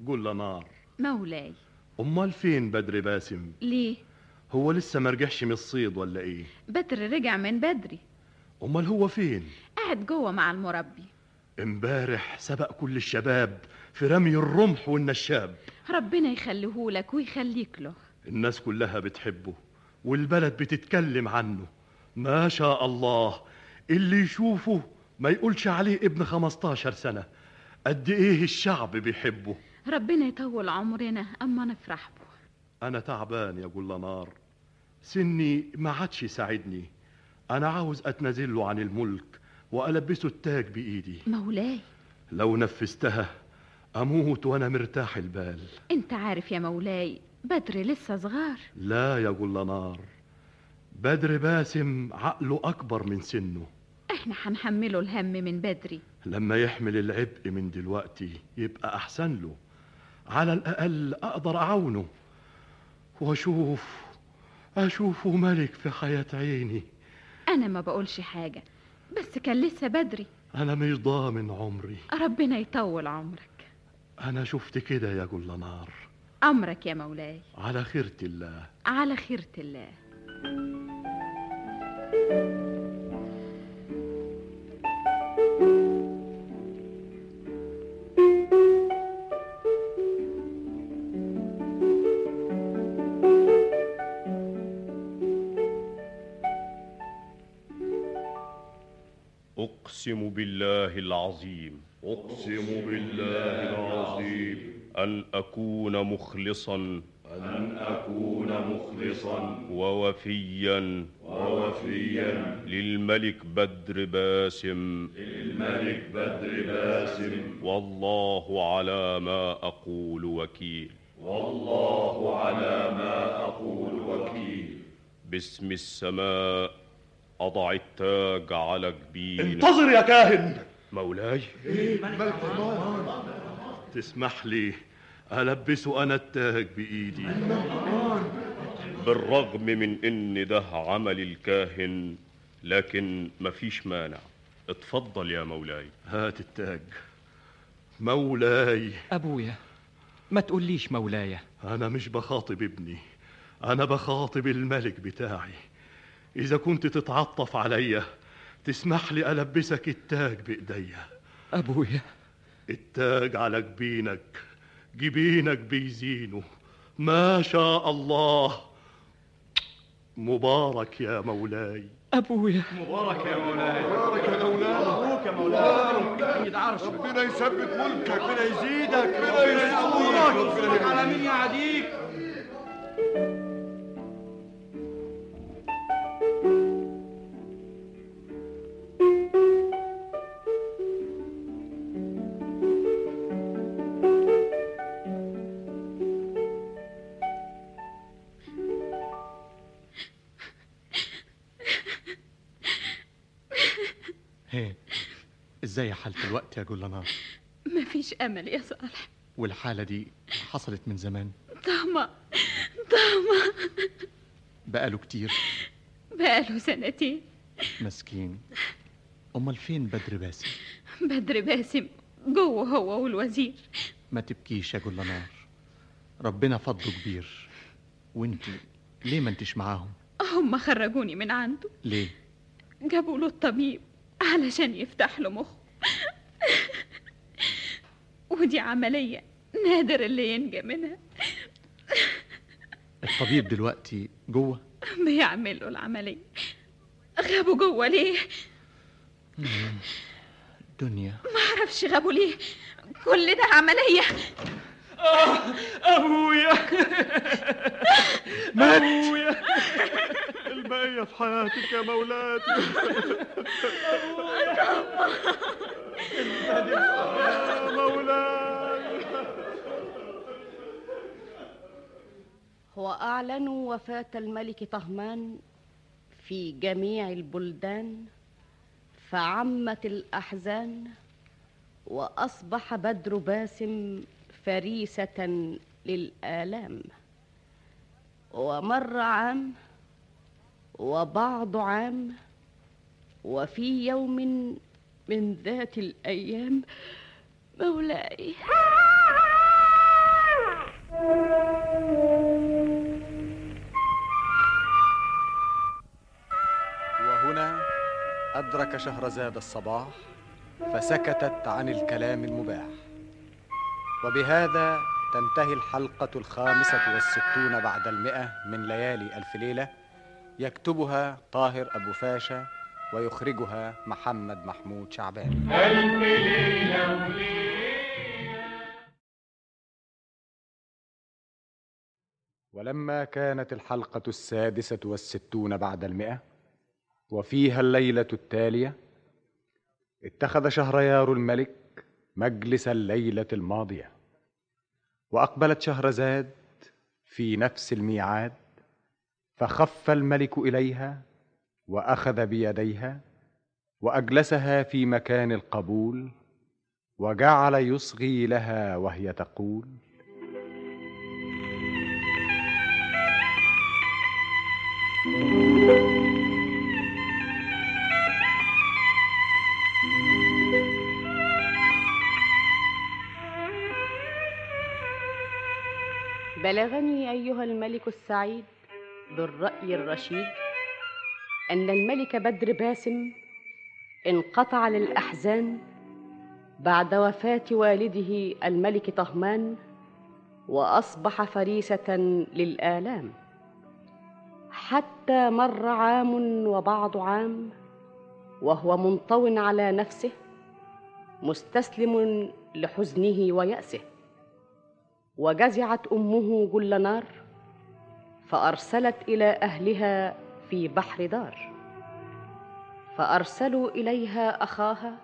جل نار مولاي امال فين بدر باسم ليه هو لسه ما رجعش من الصيد ولا ايه بدر رجع من بدري امال هو فين قاعد جوه مع المربي امبارح سبق كل الشباب في رمي الرمح والنشاب ربنا يخليهولك ويخليك له الناس كلها بتحبه والبلد بتتكلم عنه ما شاء الله اللي يشوفه ما يقولش عليه ابن 15 سنة قد ايه الشعب بيحبه ربنا يطول عمرنا اما نفرح به انا تعبان يا جل نار سني ما عادش يساعدني انا عاوز اتنازل له عن الملك والبسه التاج بايدي مولاي لو نفذتها اموت وانا مرتاح البال انت عارف يا مولاي بدر لسه صغار لا يا جل نار بدر باسم عقله اكبر من سنه احنا هنحمله الهم من بدري لما يحمل العبء من دلوقتي يبقى احسن له على الاقل اقدر اعاونه واشوف اشوفه ملك في حياه عيني انا ما بقولش حاجه بس كان لسه بدري انا مش ضامن عمري ربنا يطول عمرك انا شفت كده يا جل نار امرك يا مولاي على خيره الله على خيره الله أقسم بالله العظيم أقسم بالله العظيم أن أكون مخلصا أن أكون مخلصا ووفيا ووفيا للملك بدر باسم للملك بدر باسم والله على ما أقول وكيل والله على ما أقول وكيل باسم السماء أضع التاج على جبينك انتظر يا كاهن مولاي تسمح لي ألبسه أنا التاج بإيدي بالرغم من ان ده عمل الكاهن لكن مفيش مانع اتفضل يا مولاي هات التاج مولاي أبويا ما تقوليش مولاي أنا مش بخاطب ابني أنا بخاطب الملك بتاعي إذا كنت تتعطف عليا تسمح لي ألبسك التاج بإيديا أبويا التاج على جبينك جبينك بيزينه ما شاء الله مبارك يا مولاي أبويا مبارك يا مولاي مبارك يا مولاي مبروك يا مولاي مبارك عرشك ربنا يثبت ملكك ربنا يزيدك ربنا يزيدك يسترك على مين يعاديك هي ازاي حالة الوقت إيه. يا جولنار ما فيش أمل يا صالح والحالة دي حصلت من زمان طمع طمع بقاله كتير بقاله سنتين مسكين امال فين بدر باسم بدر باسم جوه هو والوزير ما تبكيش يا جولنار ربنا فضله كبير وانت ليه ما انتش معاهم هم خرجوني من عنده ليه جابوا له الطبيب علشان يفتح له مخه ودي عملية نادر اللي ينجى منها الطبيب دلوقتي جوه بيعمل له العملية غابوا جوه ليه؟ مم. دنيا ما اعرفش غابوا ليه كل ده عملية ابويا مات. ابويا المية في حياتك يا مولاتي يا مولاي وأعلنوا وفاة الملك طهمان في جميع البلدان فعمت الأحزان وأصبح بدر باسم فريسة للآلام ومر عام وبعض عام وفي يوم من ذات الأيام مولاي وهنا أدرك شهرزاد الصباح فسكتت عن الكلام المباح وبهذا تنتهي الحلقة الخامسة والستون بعد المئة من ليالي ألف ليلة يكتبها طاهر أبو فاشا ويخرجها محمد محمود شعبان ألف ليلة وليلة ولما كانت الحلقة السادسة والستون بعد المئة وفيها الليلة التالية اتخذ شهريار الملك مجلس الليلة الماضية وأقبلت شهرزاد في نفس الميعاد فخف الملك إليها وأخذ بيديها وأجلسها في مكان القبول وجعل يصغي لها وهي تقول بلغني أيها الملك السعيد ذو الرأي الرشيد أن الملك بدر باسم انقطع للأحزان بعد وفاة والده الملك طهمان وأصبح فريسة للآلام حتى مر عام وبعض عام وهو منطو على نفسه مستسلم لحزنه ويأسه وجزعت أمه جل نار فأرسلت إلى أهلها في بحر دار فأرسلوا إليها أخاها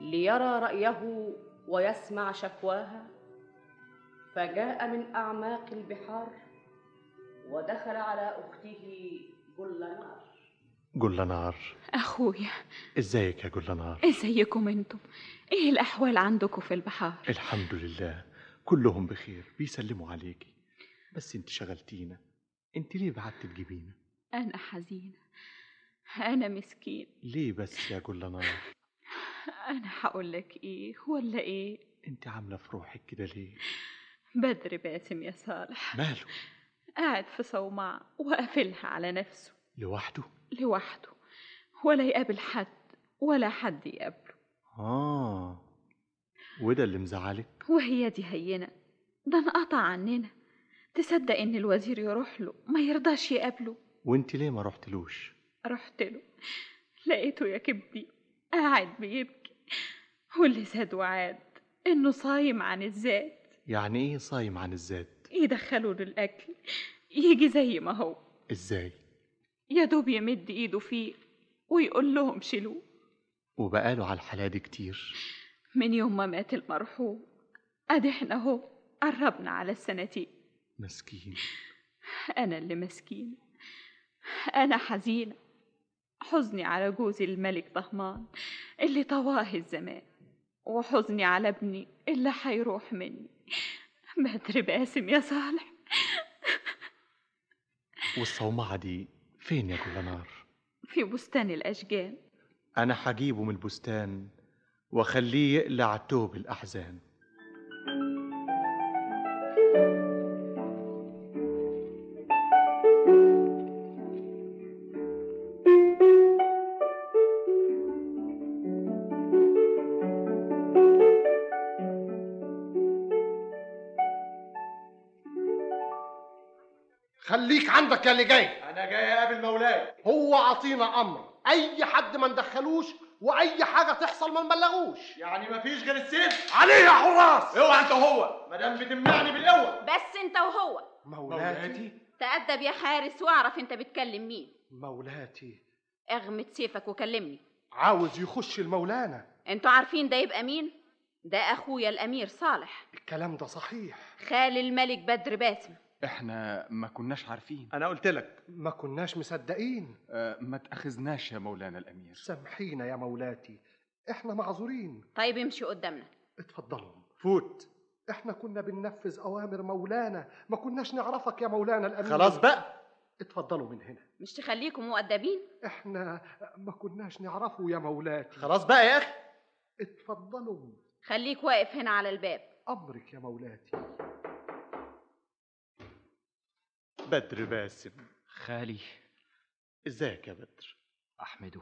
ليرى رأيه ويسمع شكواها فجاء من أعماق البحار ودخل على أخته جل نار جل نار أخويا ازيك يا جل نار ازيكم انتم ايه الأحوال عندكم في البحار الحمد لله كلهم بخير بيسلموا عليكي بس انت شغلتينا انت ليه بعدت تجيبينا أنا حزينة أنا مسكين ليه بس يا جل نار أنا هقول لك إيه ولا إيه انت عامله في روحك كده ليه بدر باسم يا صالح ماله قاعد في صومعة وقافلها على نفسه لوحده لوحده ولا يقابل حد ولا حد يقابله اه وده اللي مزعلك وهي دي هينة ده انقطع عننا تصدق إن الوزير يروح له ما يرضاش يقابله وانت ليه ما رحتلوش رحت له لقيته يا كبدي قاعد بيبكي واللي زاد وعاد إنه صايم عن الذات يعني ايه صايم عن الذات يدخله للأكل يجي زي ما هو ازاي يا دوب يمد إيده فيه ويقول لهم شيلوه وبقاله على الحلاقه دي كتير من يوم ما مات المرحوم أدي إحنا أهو قربنا على السنتين مسكين أنا اللي مسكينة أنا حزينة حزني على جوزي الملك طهمان اللي طواه الزمان وحزني على ابني اللي هيروح مني بدر باسم يا صالح والصومعه دي فين يا جل نار في بستان الأشجان انا هجيبه من البستان واخليه يقلع توب الاحزان خليك عندك يا اللي جاي انا جاي اقابل مولاي هو عطينا امر اي حد ما ندخلوش واي حاجه تحصل ما نبلغوش يعني مفيش غير السيف عليه يا حراس اوعى انت هو ما دام يعني بتمنعني بالقوه بس انت وهو مولاتي تأدب يا حارس واعرف انت بتكلم مين مولاتي اغمد سيفك وكلمني عاوز يخش المولانا انتوا عارفين ده يبقى مين ده اخويا الامير صالح الكلام ده صحيح خالي الملك بدر باسم احنا ما كناش عارفين انا قلت لك ما كناش مصدقين أه ما تاخذناش يا مولانا الامير سامحينا يا مولاتي احنا معذورين طيب امشي قدامنا اتفضلوا فوت احنا كنا بننفذ اوامر مولانا ما كناش نعرفك يا مولانا الامير خلاص بقى. اتفضلوا من هنا مش تخليكم مؤدبين احنا ما كناش نعرفه يا مولاتي خلاص بقى يا اخي اتفضلوا خليك واقف هنا على الباب امرك يا مولاتي بدر باسم خالي ازيك يا بدر احمده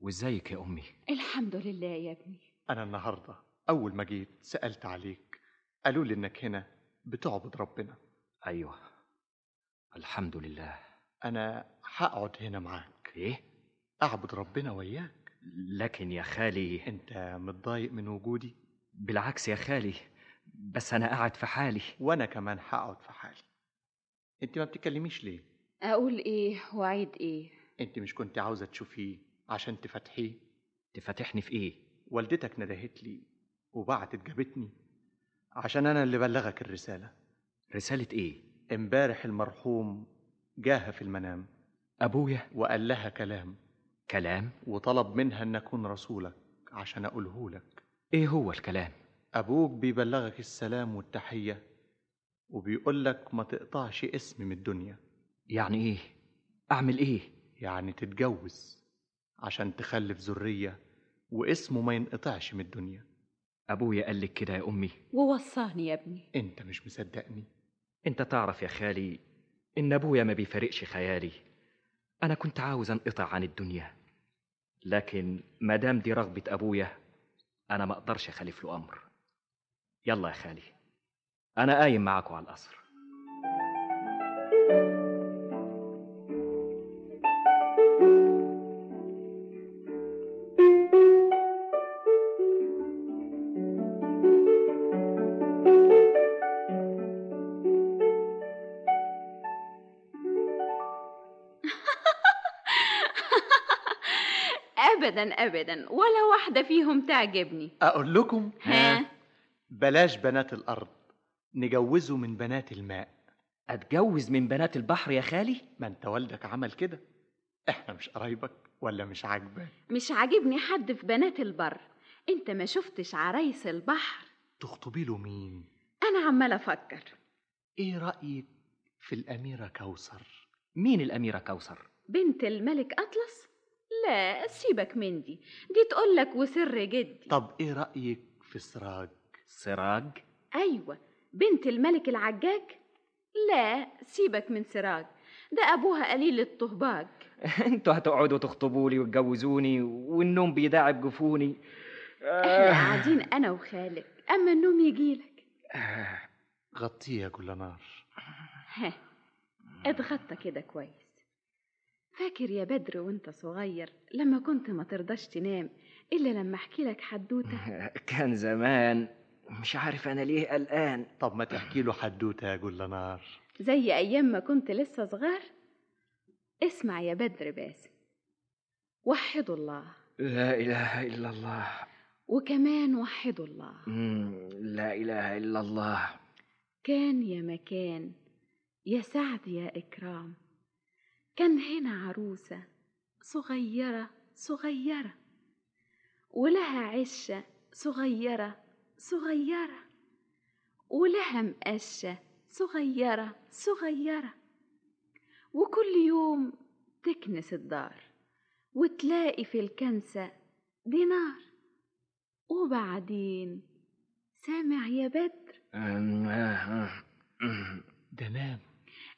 وازيك يا امي الحمد لله يا ابني انا النهارده اول ما جيت سالت عليك قالوا لي انك هنا بتعبد ربنا ايوه الحمد لله انا هقعد هنا معاك ايه اعبد ربنا وياك لكن يا خالي انت متضايق من وجودي بالعكس يا خالي بس انا قاعد في حالي وانا كمان هقعد في حالي انت ما بتكلميش ليه أقول إيه وأعيد إيه انت مش كنت عاوزه تشوفيه عشان تفتحيه تفاتحني في ايه والدتك ندهت لي وبعتت جابتني عشان انا اللي بلغك الرساله رساله ايه امبارح المرحوم جاها في المنام ابويا وقال لها كلام كلام وطلب منها ان اكون رسولك عشان اقوله لك ايه هو الكلام ابوك بيبلغك السلام والتحيه وبيقول لك ما تقطعش اسمي من الدنيا يعني ايه اعمل ايه يعني تتجوز عشان تخلف ذريه واسمه ما ينقطعش من الدنيا ابويا قال لك كده يا امي ووصاني يا ابني انت مش مصدقني انت تعرف يا خالي ان ابويا ما بيفارقش خيالي انا كنت عاوز انقطع عن الدنيا لكن ما دام دي رغبه ابويا انا ما اقدرش اخالف له امر يلا يا خالي انا قايم معاكم على القصر ابدا ابدا ولا واحده فيهم تعجبني أقول لكم ها بلاش بنات الأرض نجوزه من بنات الماء أتجوز من بنات البحر يا خالي؟ ما أنت والدك عمل كده إحنا مش قرايبك ولا مش عاجبك مش عاجبني حد في بنات البر انت ما شفتش عرايس البحر تخطبي له مين؟ انا عمال افكر إيه رأيك في الأميرة كوثر؟ مين الأميرة كوثر؟ بنت الملك اطلس لا سيبك من دي دي تقول لك وسر جدي طب إيه رأيك في سراج؟ سراج؟ ايوه بنت الملك العجاج لا سيبك من سراج ده ابوها قليل الطهباج انتوا هتقعدوا تخطبوا لي وتجوزوني والنوم بيداعب جفوني احنا قاعدين انا وخالك اما النوم يجيلك غطيه يا كل نار ها اتغطى كده كويس فاكر يا بدر وانت صغير لما كنت ما ترضاش تنام الا لما احكي لك حدوته كان زمان مش عارف أنا ليه قلقان طب ما تحكي له حدوتة يا جل نار زي ايام ما كنت لسه صغير اسمع يا بدر باسم وحدوا الله لا إله إلا الله وكمان وحدوا الله مم، لا إله إلا الله كان يا مكان يا سعد يا إكرام كان هنا عروسة صغيرة صغيرة ولها عشة صغيرة صغيرة ولها مقشة صغيرة صغيرة وكل يوم تكنس الدار وتلاقي في الكنسة دينار وبعدين سامع يا بدر ده نام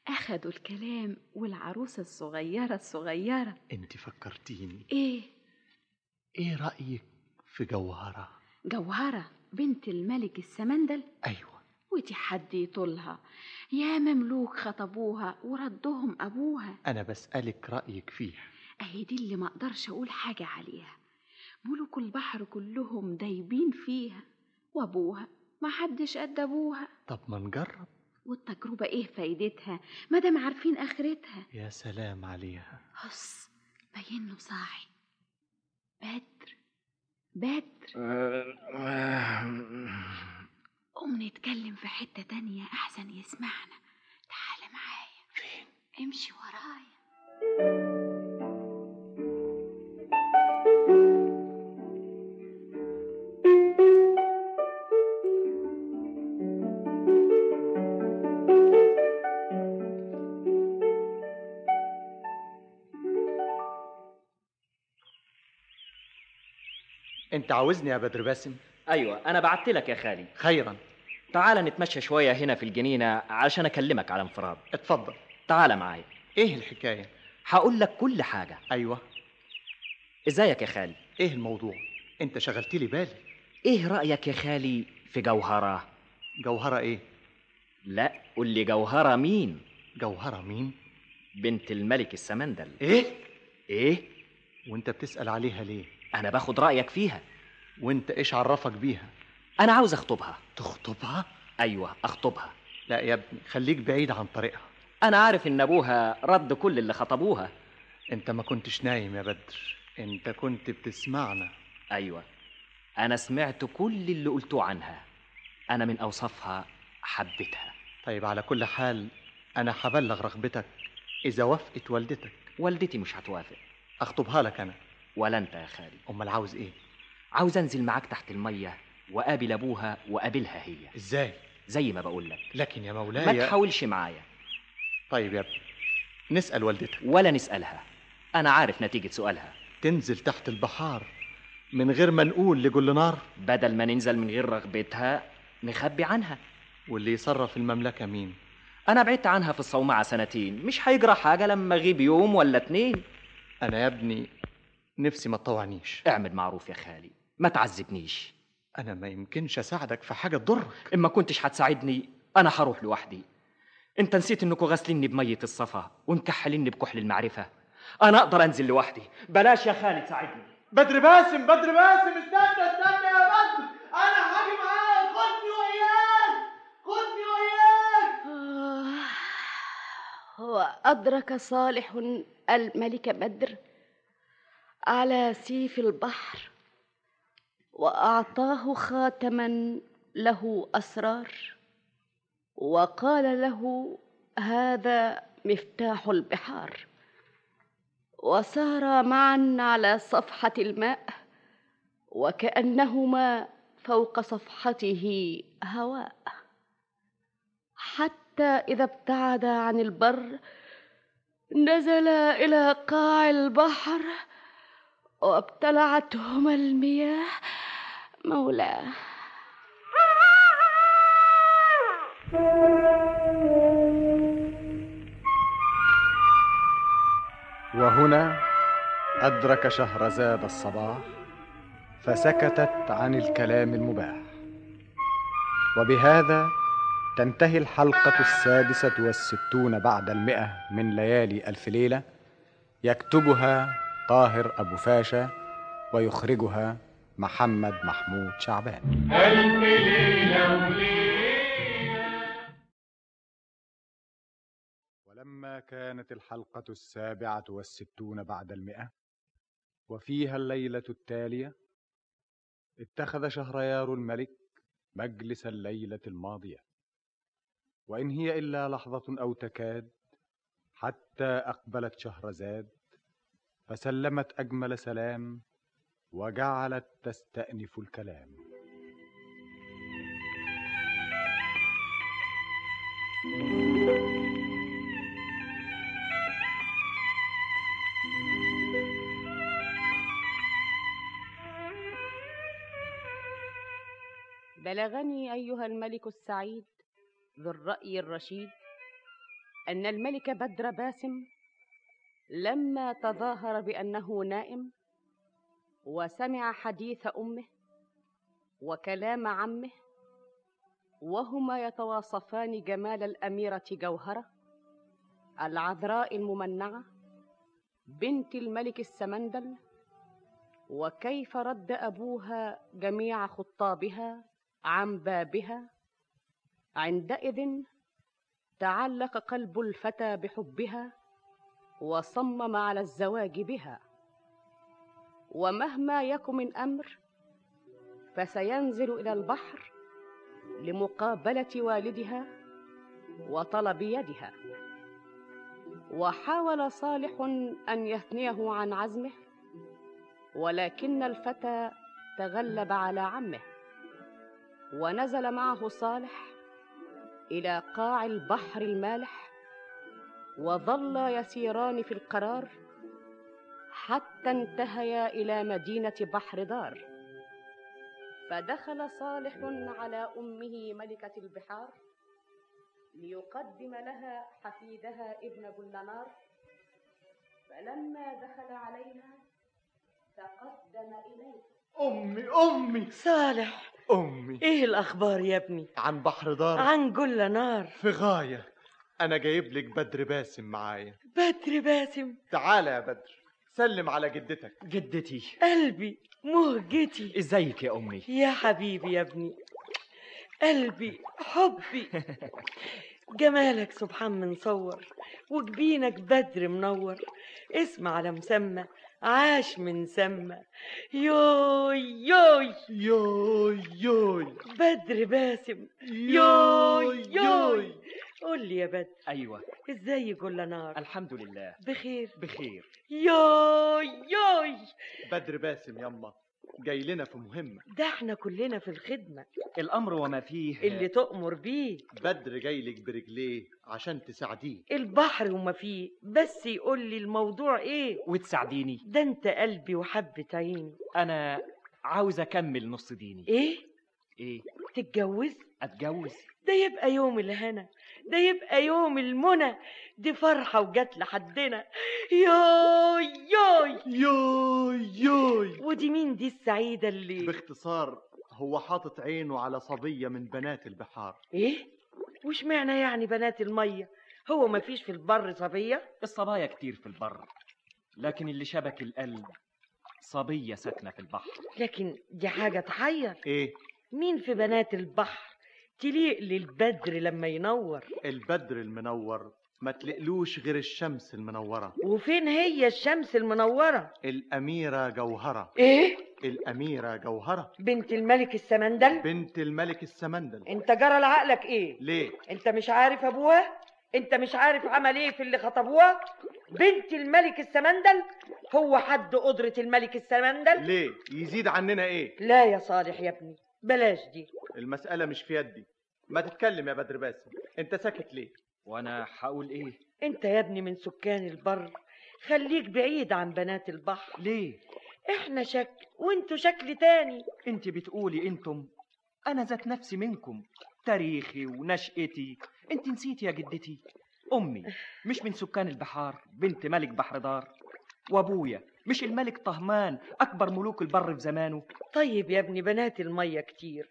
أخدوا الكلام والعروسة الصغيرة الصغيرة انت فكرتيني إيه ايه رأيك في جوهرة جوهرة بنت الملك السمندل أيوة ودي حد يطولها يا مملوك خطبوها وردهم أبوها انا بسألك رأيك فيها أهي دي اللي مقدرش أقول حاجة عليها ملوك البحر كلهم دايبين فيها وأبوها محدش قد أبوها طب ما نجرب والتجربة إيه فايدتها مادام عارفين آخرتها يا سلام عليها هص بينه صاحي بدر بدر قوم نتكلم في حتة تانية أحسن يسمعنا تعال معايا فين؟ امشي ورايا انت عاوزني يا بدر باسم أيوة أنا بعت لك يا خالي خيرا تعال نتمشى شوية هنا في الجنينة عشان أكلمك على انفراد اتفضل تعال معايا ايه الحكاية هقول لك كل حاجة أيوة ازيك يا خالي ايه الموضوع انت شغلت لي بالي ايه رأيك يا خالي في جوهرة جوهرة ايه لا قول لي جوهرة مين جوهرة مين بنت الملك السمندل ايه ايه وانت بتسأل عليها ليه انا باخد رأيك فيها وانت ايش عرفك بيها انا عاوز اخطبها تخطبها ايوه اخطبها لا يا ابني خليك بعيد عن طريقها انا عارف ان ابوها رد كل اللي خطبوها انت ما كنتش نايم يا بدر انت كنت بتسمعنا ايوه انا سمعت كل اللي قلتوه عنها انا من اوصافها حبيتها طيب على كل حال انا هبلغ رغبتك اذا وافقت والدتك والدتي مش هتوافق اخطبها لك انا ولا انت يا خالي امال عاوز ايه عاوز انزل معاك تحت الميه واقابل ابوها واقابلها هي ازاي زي ما بقول لك لكن يا مولاي ما تحاولش معايا طيب يا ابني نسال والدتك ولا نسالها انا عارف نتيجه سؤالها تنزل تحت البحار من غير ما نقول لجل نار بدل ما ننزل من غير رغبتها نخبي عنها واللي يصرف المملكه مين انا بعدت عنها في الصومعه سنتين مش هيجرى حاجه لما اغيب يوم ولا اتنين انا يا ابني نفسي ما تطوعنيش اعمل معروف يا خالي ما تعذبنيش انا ما يمكنش اساعدك في حاجه تضرك إن ما كنتش هتساعدني انا هروح لوحدي انت نسيت انكوا غاسليني بميه الصفا ومكحليني بكحل المعرفه انا اقدر انزل لوحدي بلاش يا خالي تساعدني بدر باسم بدر باسم استنى استنى يا بدر انا هاجي معاك خدني وياك خدني وياك آه، وأدرك صالح الملك بدر على سيف البحر واعطاه خاتما له اسرار وقال له هذا مفتاح البحار وسارا معا على صفحه الماء وكانهما فوق صفحته هواء حتى اذا ابتعد عن البر نزل الى قاع البحر وابتلعتهما المياه مولاه وهنا أدرك شهرزاد الصباح فسكتت عن الكلام المباح وبهذا تنتهي الحلقة السادسة والستون بعد المئة من ليالي ألف ليلة يكتبها طاهر أبو فاشا ويخرجها محمد محمود شعبان ألف ليلة وليلة ولما كانت الحلقة السابعة والستون بعد المئة وفيها الليلة التالية اتخذ شهريار الملك مجلس الليلة الماضية وإن هي إلا لحظة أو تكاد حتى أقبلت شهرزاد فسلمت أجمل سلام وجعلت تستأنف الكلام بلغني أيها الملك السعيد ذو الرأي الرشيد أن الملك بدر باسم لما تظاهر بأنه نائم وسمع حديث أمه وكلام عمه وهما يتواصفان جمال الأميرة جوهرة العذراء الممنعة بنت الملك السمندل وكيف رد أبوها جميع خطابها عن بابها عندئذ تعلق قلب الفتى بحبها وصمم على الزواج بها ومهما يكن من امر فسينزل الى البحر لمقابله والدها وطلب يدها وحاول صالح ان يثنيه عن عزمه ولكن الفتى تغلب على عمه ونزل معه صالح الى قاع البحر المالح وظلا يسيران في القرار حتى انتهيا الى مدينه بحر دار فدخل صالح على امه ملكه البحار ليقدم لها حفيدها ابن جلنار فلما دخل عليها تقدم اليه أمي أمي صالح أمي إيه الأخبار يا ابني؟ عن بحر دار عن جلة نار في غاية أنا جايب لك بدر باسم معايا بدر باسم تعالى يا بدر سلم على جدتك جدتي قلبي مهجتي ازيك يا امي يا حبيبي يا ابني قلبي حبي جمالك سبحان منصور وجبينك بدر منور اسم على مسمى عاش من سما يوي يوي يوي يوي بدر باسم يوي يوي قول لي يا بدر ايوه ازاي جولا نار الحمد لله بخير بخير يوي يوي بدر باسم يما جاي لنا في مهمة ده احنا كلنا في الخدمة الامر وما فيه اللي تؤمر بيه بدر جاي لك إيه؟ برجليه عشان تساعديه البحر وما فيه بس يقول لي الموضوع ايه وتساعديني ده انت قلبي وحبة عيني انا عاوز اكمل نص ديني ايه إيه؟ ايه تتجوز اتجوز ده يبقى يوم الهنا ده يبقى يوم المنى دي فرحة وجت لحدنا يوي يوي يوي يوي ودي مين دي السعيدة اللي باختصار هو حاطط عينه على صبية من بنات البحار ايه وش معنى يعني بنات المية هو ما فيش في البر صبية الصبايا كتير في البر لكن اللي شبك القلب صبية ساكنة في البحر لكن دي حاجة تحير إيه؟ ايه مين في بنات البحر تليق للبدر لما ينور البدر المنور ما تلقلوش غير الشمس المنورة وفين هي الشمس المنورة الأميرة جوهرة إيه؟ الأميرة جوهرة بنت الملك السمندل بنت الملك السمندل انت جرى لعقلك ايه ليه؟ انت مش عارف ابوها انت مش عارف عمل ايه في اللي خطبوها بنت الملك السمندل هو حد قدرة الملك السمندل ليه؟ يزيد عننا إيه؟ لا يا صالح يا ابني بلاش دي المسألة مش في يدي ما تتكلم يا بدر باسم أنت ساكت ليه؟ وأنا هقول إيه؟ انت يا ابني من سكان البر خليك بعيد عن بنات البحر ليه احنا شكل وانتوا شكل تاني انت بتقولي انتم انا ذات نفسي منكم تاريخي ونشأتي انت نسيتي يا جدتي امي مش من سكان البحار بنت ملك بحر دار وابويا مش الملك طهمان اكبر ملوك البر في زمانه طيب يا ابني بنات المية كتير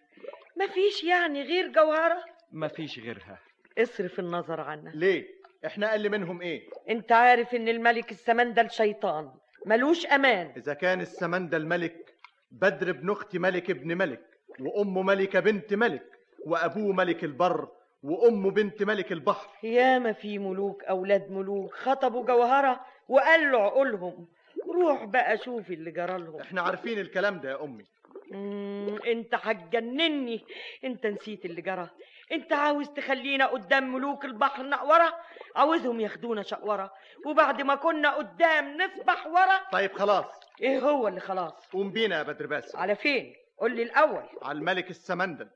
مفيش يعني غير جوهرة مفيش غيرها اصرف النظر عنها ليه احنا اقل منهم ايه انت عارف ان الملك السمندل شيطان ملوش امان اذا كان السمندل ملك بدر ابن اختي ملك ابن ملك وامه ملكه بنت ملك وابوه ملك البر وامه بنت ملك البحر ياما في ملوك اولاد ملوك خطبوا جوهرة وقالوا عقولهم روح بقى شوف اللي جرالهم احنا عارفين الكلام ده يا امي مم، انت هتجنني انت نسيت اللي جرى انت عاوز تخلينا قدام ملوك البحر نقوره عاوزهم ياخدونا شقوره وبعد ما كنا قدام نسبح ورا طيب خلاص ايه هو اللي خلاص قوم بينا يا بدر باسم على فين قول لي الاول على الملك السمندل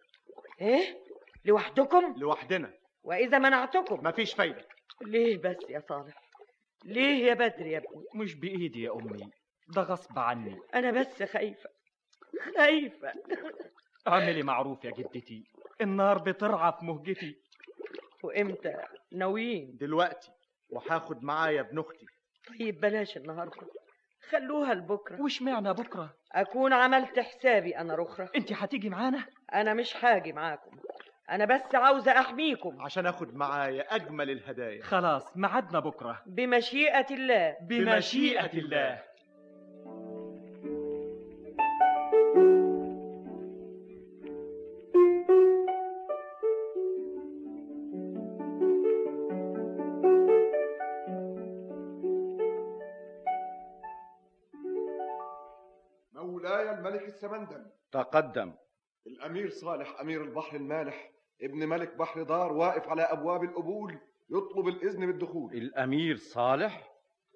ايه لوحدكم لوحدنا واذا منعتكم مفيش فايده ليه بس يا صالح ليه يا بدر يا ابني مش بايدي يا امي ده غصب عني انا بس خايفه خايفه اعملي معروف يا جدتي النار بترعى في مهجتي وامتى ناويين دلوقتي وهاخد معايا ابن اختي طيب بلاش النهارده خلوها لبكره واشمعنى بكره اكون عملت حسابي انا رخرة انت هتيجي معانا انا مش هاجي معاكم انا بس عاوزه احميكم عشان اخد معايا اجمل الهدايا خلاص ميعادنا بكره بمشيئه الله بمشيئه الله مولاي الملك السمندل تقدم الأمير صالح أمير البحر المالح ابن ملك بحر دار واقف على أبواب القبول يطلب الإذن بالدخول الأمير صالح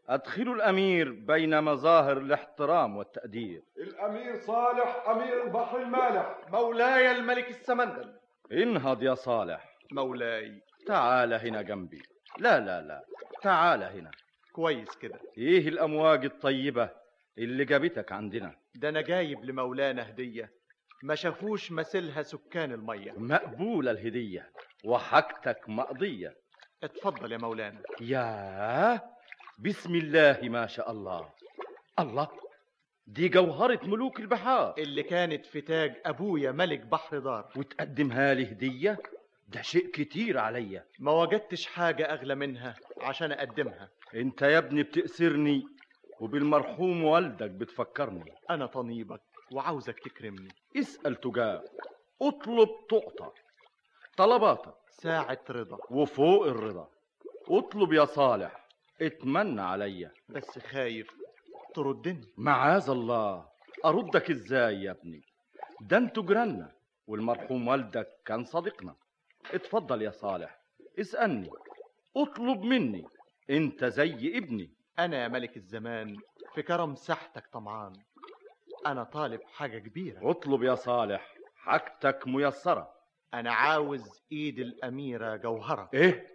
أدخل الأمير بين مظاهر الاحترام والتقدير الأمير صالح أمير البحر المالح مولاي الملك السمندل انهض يا صالح مولاي تعال هنا جنبي لا لا لا تعال هنا كويس كده إيه الأمواج الطيبة اللي جابتك عندنا ده انا جايب لمولانا هديه ما شافوش مثلها سكان الميه مقبولة الهدية وحاجتك مقضية اتفضل يا مولانا ياه بسم الله ما شاء الله الله دي جوهرة ملوك البحار اللي كانت في تاج ابويا ملك بحر دار وتقدمها لي هدية ده شيء كتير عليا ما وجدتش حاجه اغلى منها عشان اقدمها انت يا ابني بتأسرني وبالمرحوم والدك بتفكرني انا طنيبك وعاوزك تكرمني اسأل تجاب اطلب تعطى طلباتك ساعه رضا وفوق الرضا اطلب يا صالح اتمنى عليا بس خايف تردني معاذ الله اردك ازاي يا ابني ده انتوا جيراننا والمرحوم والدك كان صديقنا اتفضل يا صالح اسألني اطلب مني انت زي ابني انا يا ملك الزمان في كرم ساحتك طمعان انا طالب حاجه كبيره اطلب يا صالح حاجتك ميسرة انا عاوز ايد الاميره جوهره ايه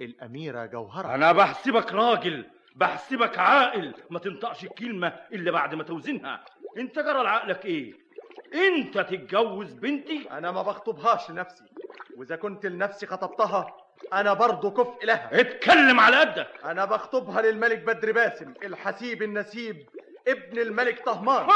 الاميره جوهره انا بحسبك راجل بحسبك عاقل ما تنطقش الكلمة الا بعد ما توزنها انت جرى لعقلك ايه انت تتجوز بنتي انا ما بخطبهاش لنفسي واذا كنت لنفسي خطبتها انا برضه كفء لها اتكلم على قدك انا بخطبها للملك بدر باسم الحسيب النسيب ابن الملك طهمان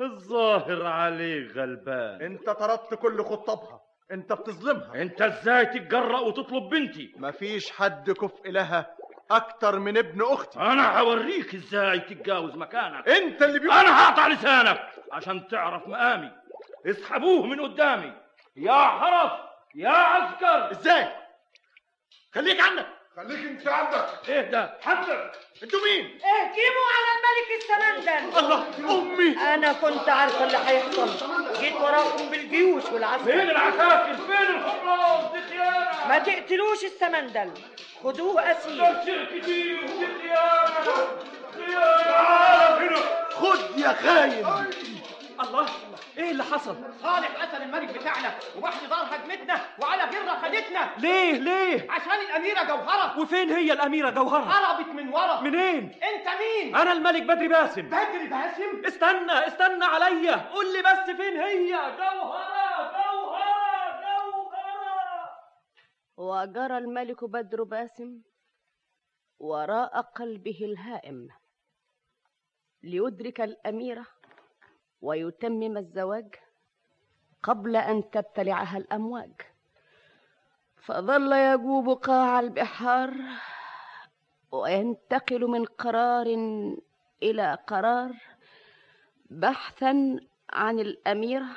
الظاهر عليه غلبان انت طردت كل خطابها انت بتظلمها انت ازاي تتجرأ وتطلب بنتي مفيش حد كفء لها اكتر من ابن اختي انا هوريك ازاي تتجاوز مكانك انت اللي بيقول انا هقطع لسانك عشان تعرف مقامي اسحبوه من قدامي يا حرس يا عسكر ازاي خليك عنك خليك انت عندك ايه ده حمزه انتوا مين اهجموا على الملك السمندل الله امي انا كنت عارفه اللي هيحصل جيت وراكم بالجيوش والعسكر فين العساكر فين الحراس دي خيانه ما تقتلوش السمندل خدوه اسير ده شركتي ودي خيانه تعال هنا خد يا خاين الله ايه اللي حصل؟ صالح قتل الملك بتاعنا وبحر دار هجمتنا وعلى جره خدتنا ليه ليه؟ عشان الاميره جوهره وفين هي الاميره جوهره؟ هربت من ورا منين؟ انت مين انا الملك بدري باسم بدري باسم استنى استنى عليا قول لي بس فين هي جوهره جوهره جوهره وجرى الملك بدر باسم وراء قلبه الهائم ليدرك الاميره ويتمم الزواج قبل ان تبتلعها الامواج فظل يجوب قاع البحار وينتقل من قرار الى قرار بحثا عن الاميره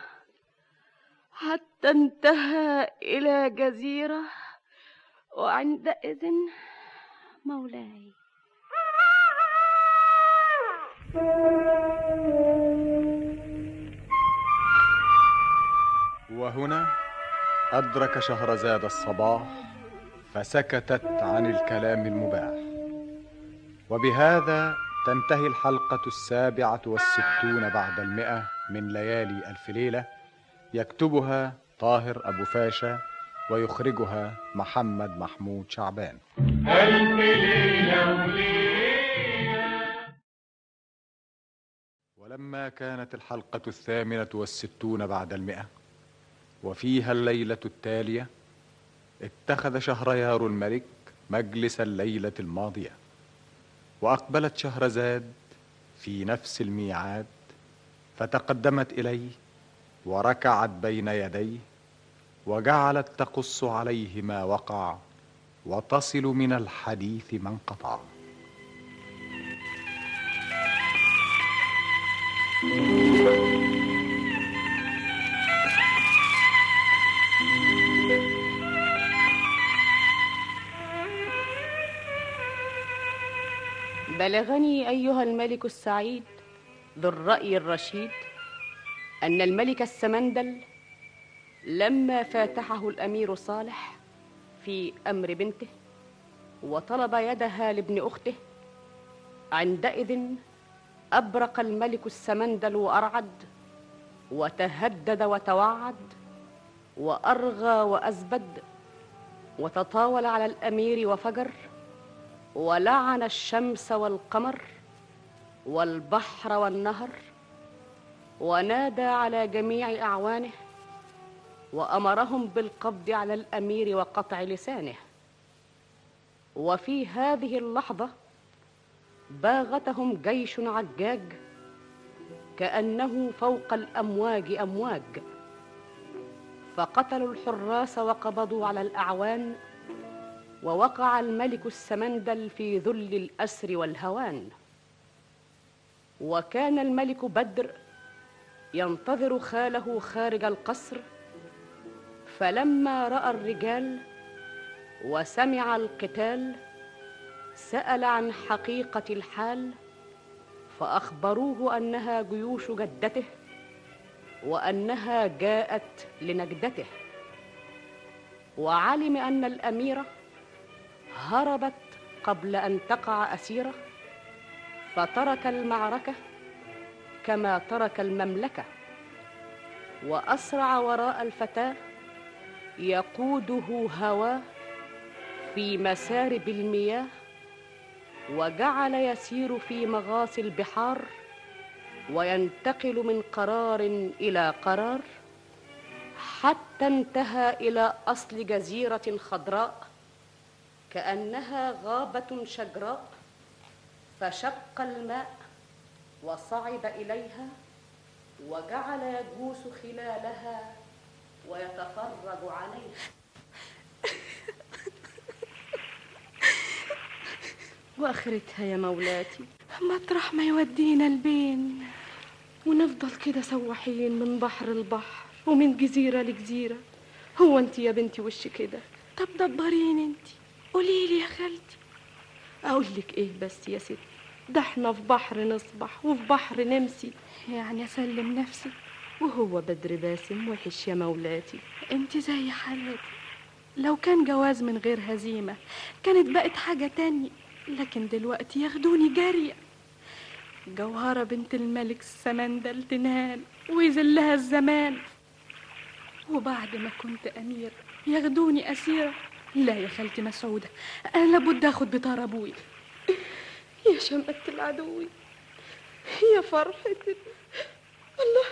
حتى انتهى الى جزيره وعندئذ مولاي وهنا أدرك شهرزاد الصباح فسكتت عن الكلام المباح وبهذا تنتهي الحلقة السابعة والستون بعد المئة من ليالي ألف ليلة يكتبها طاهر أبو فاشا ويخرجها محمد محمود شعبان ألف ليلة وليلة ولما كانت الحلقة الثامنة والستون بعد المئة وفيها الليلة التالية اتخذ شهريار الملك مجلس الليلة الماضية وأقبلت شهرزاد في نفس الميعاد فتقدمت إليه وركعت بين يديه وجعلت تقص عليه ما وقع وتصل من الحديث ما انقطع بلغني ايها الملك السعيد ذو الراي الرشيد ان الملك السمندل لما فاتحه الامير صالح في امر بنته وطلب يدها لابن اخته عندئذ ابرق الملك السمندل وارعد وتهدد وتوعد وارغى وازبد وتطاول على الامير وفجر ولعن الشمس والقمر والبحر والنهر ونادى على جميع اعوانه وامرهم بالقبض على الامير وقطع لسانه وفي هذه اللحظه باغتهم جيش عجاج كانه فوق الامواج امواج فقتلوا الحراس وقبضوا على الاعوان ووقع الملك السمندل في ذل الاسر والهوان وكان الملك بدر ينتظر خاله خارج القصر فلما راى الرجال وسمع القتال سال عن حقيقه الحال فاخبروه انها جيوش جدته وانها جاءت لنجدته وعلم ان الاميره هربت قبل ان تقع اسيره فترك المعركه كما ترك المملكه واسرع وراء الفتاه يقوده هواه في مسارب المياه وجعل يسير في مغاصي البحار وينتقل من قرار الى قرار حتى انتهى الى اصل جزيره خضراء كانها غابه شجراء فشق الماء وصعد اليها وجعل يجوس خلالها ويتفرج عليها واخرتها يا مولاتي مطرح ما يودينا البين ونفضل كده سواحين من بحر لبحر ومن جزيرة لجزيرة هو انت يا بنتي وش كده طب دبريني انت قولي لي يا خالتي اقول لك ايه بس يا ستي ده احنا في بحر نصبح وفي بحر نمسي يعني اسلم نفسي وهو بدر باسم وحش يا مولاتي انت زي حالتي لو كان جواز من غير هزيمة كانت بقت حاجة تانية لكن دلوقتي ياخدوني جري جوهرة بنت الملك السمندل تنال ويذلها الزمان وبعد ما كنت أميرة ياخدوني أسيرة لا يا خالتي مسعودة أنا لابد أخد بطار أبوي يا شمة العدو يا فرحتي الله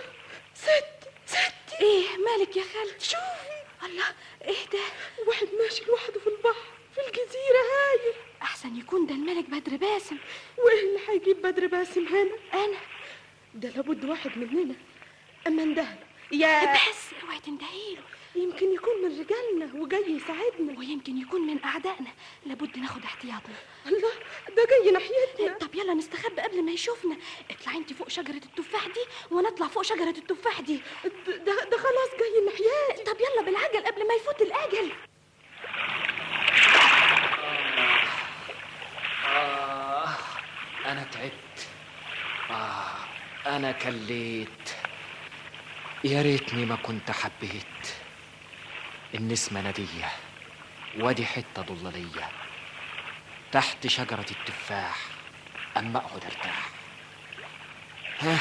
ست ست ايه مالك يا خالتي شوفي الله ايه ده واحد ماشي لوحده في البحر في الجزيرة هايل أحسن يكون ده الملك بدر باسم وإيه اللي هيجيب بدر باسم هنا؟ أنا ده لابد واحد مننا أما اندهله يا بس اوعي تندهيله يمكن يكون من رجالنا وجاي يساعدنا ويمكن يكون من أعدائنا لابد ناخد احتياطنا الله ده جاي ناحيتنا طب يلا نستخبى قبل ما يشوفنا اطلعي انت فوق شجرة التفاح دي وانا اطلع فوق شجرة التفاح دي ده ده خلاص جاي ناحيتي طب يلا بالعجل قبل ما يفوت الأجل آه أنا تعبت آه أنا كليت يا ريتني ما كنت حبيت إن اسم ندية وادي حتة ضلالية تحت شجرة التفاح أما أقعد أرتاح ها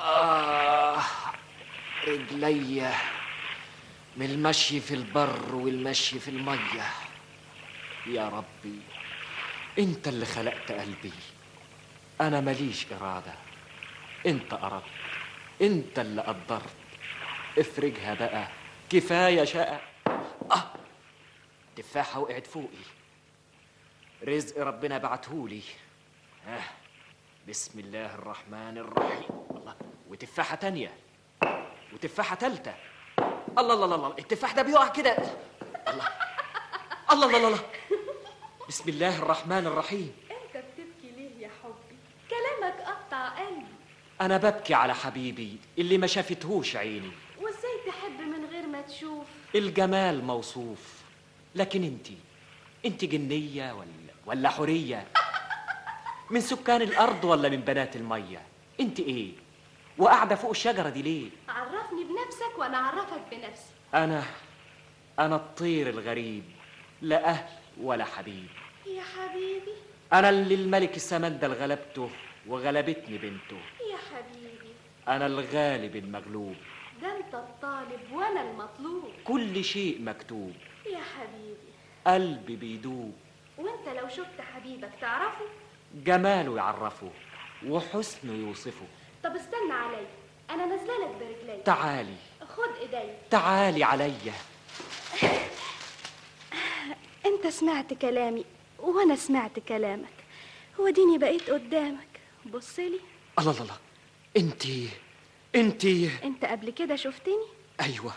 آه رجلي من المشي في البر والمشي في المية يا ربي انت اللي خلقت قلبي انا ماليش اراده انت اردت انت اللي قدرت افرجها بقى كفايه شقى اه تفاحه وقعت فوقي رزق ربنا بعتهولي آه. بسم الله الرحمن الرحيم الله وتفاحه تانية وتفاحه تالتة الله الله الله الله التفاح ده بيقع كده الله الله الله الله, الله. بسم الله الرحمن الرحيم انت بتبكي ليه يا حبي كلامك قطع قلبي انا ببكي على حبيبي اللي ما شافتهوش عيني وازاي تحب من غير ما تشوف الجمال موصوف لكن انتي انتي جنية ولا ولا حورية من سكان الارض ولا من بنات المية انتي ايه وقاعدة فوق الشجرة دي ليه عرفني بنفسك وانا اعرفك بنفسي انا انا الطير الغريب لا اهل ولا حبيب يا حبيبي انا اللي الملك السمندل غلبته وغلبتني بنته يا حبيبي انا الغالب المغلوب ده انت الطالب وانا المطلوب كل شيء مكتوب يا حبيبي قلبي بيدوب وانت لو شفت حبيبك تعرفه جماله يعرفه وحسنه يوصفه طب استنى عليا انا نازلالك برجلي تعالي خد ايدي تعالي عليا انت سمعت كلامي وانا سمعت كلامك وديني بقيت قدامك بصلي الله الله الله انتي انتي انت قبل كده شفتني ايوه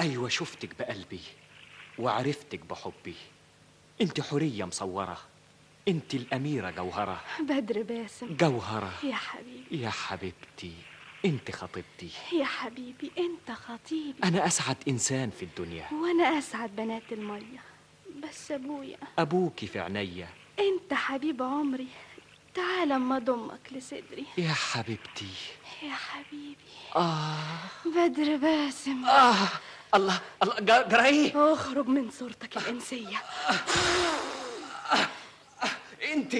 ايوه شفتك بقلبي وعرفتك بحبي انت حوريه مصوره انت الاميره جوهره بدر باسم جوهره يا حبيبي يا حبيبتي انت خطيبتي يا حبيبي انت خطيبي انا اسعد انسان في الدنيا وانا اسعد بنات الميه بس ابويا ابوكي في عينيا انت حبيب عمري تعال اما ضمك لصدري يا حبيبتي يا حبيبي اه آه. بدر باسم اه الله الله جا- جرى ايه اخرج من صورتك الانسيه انت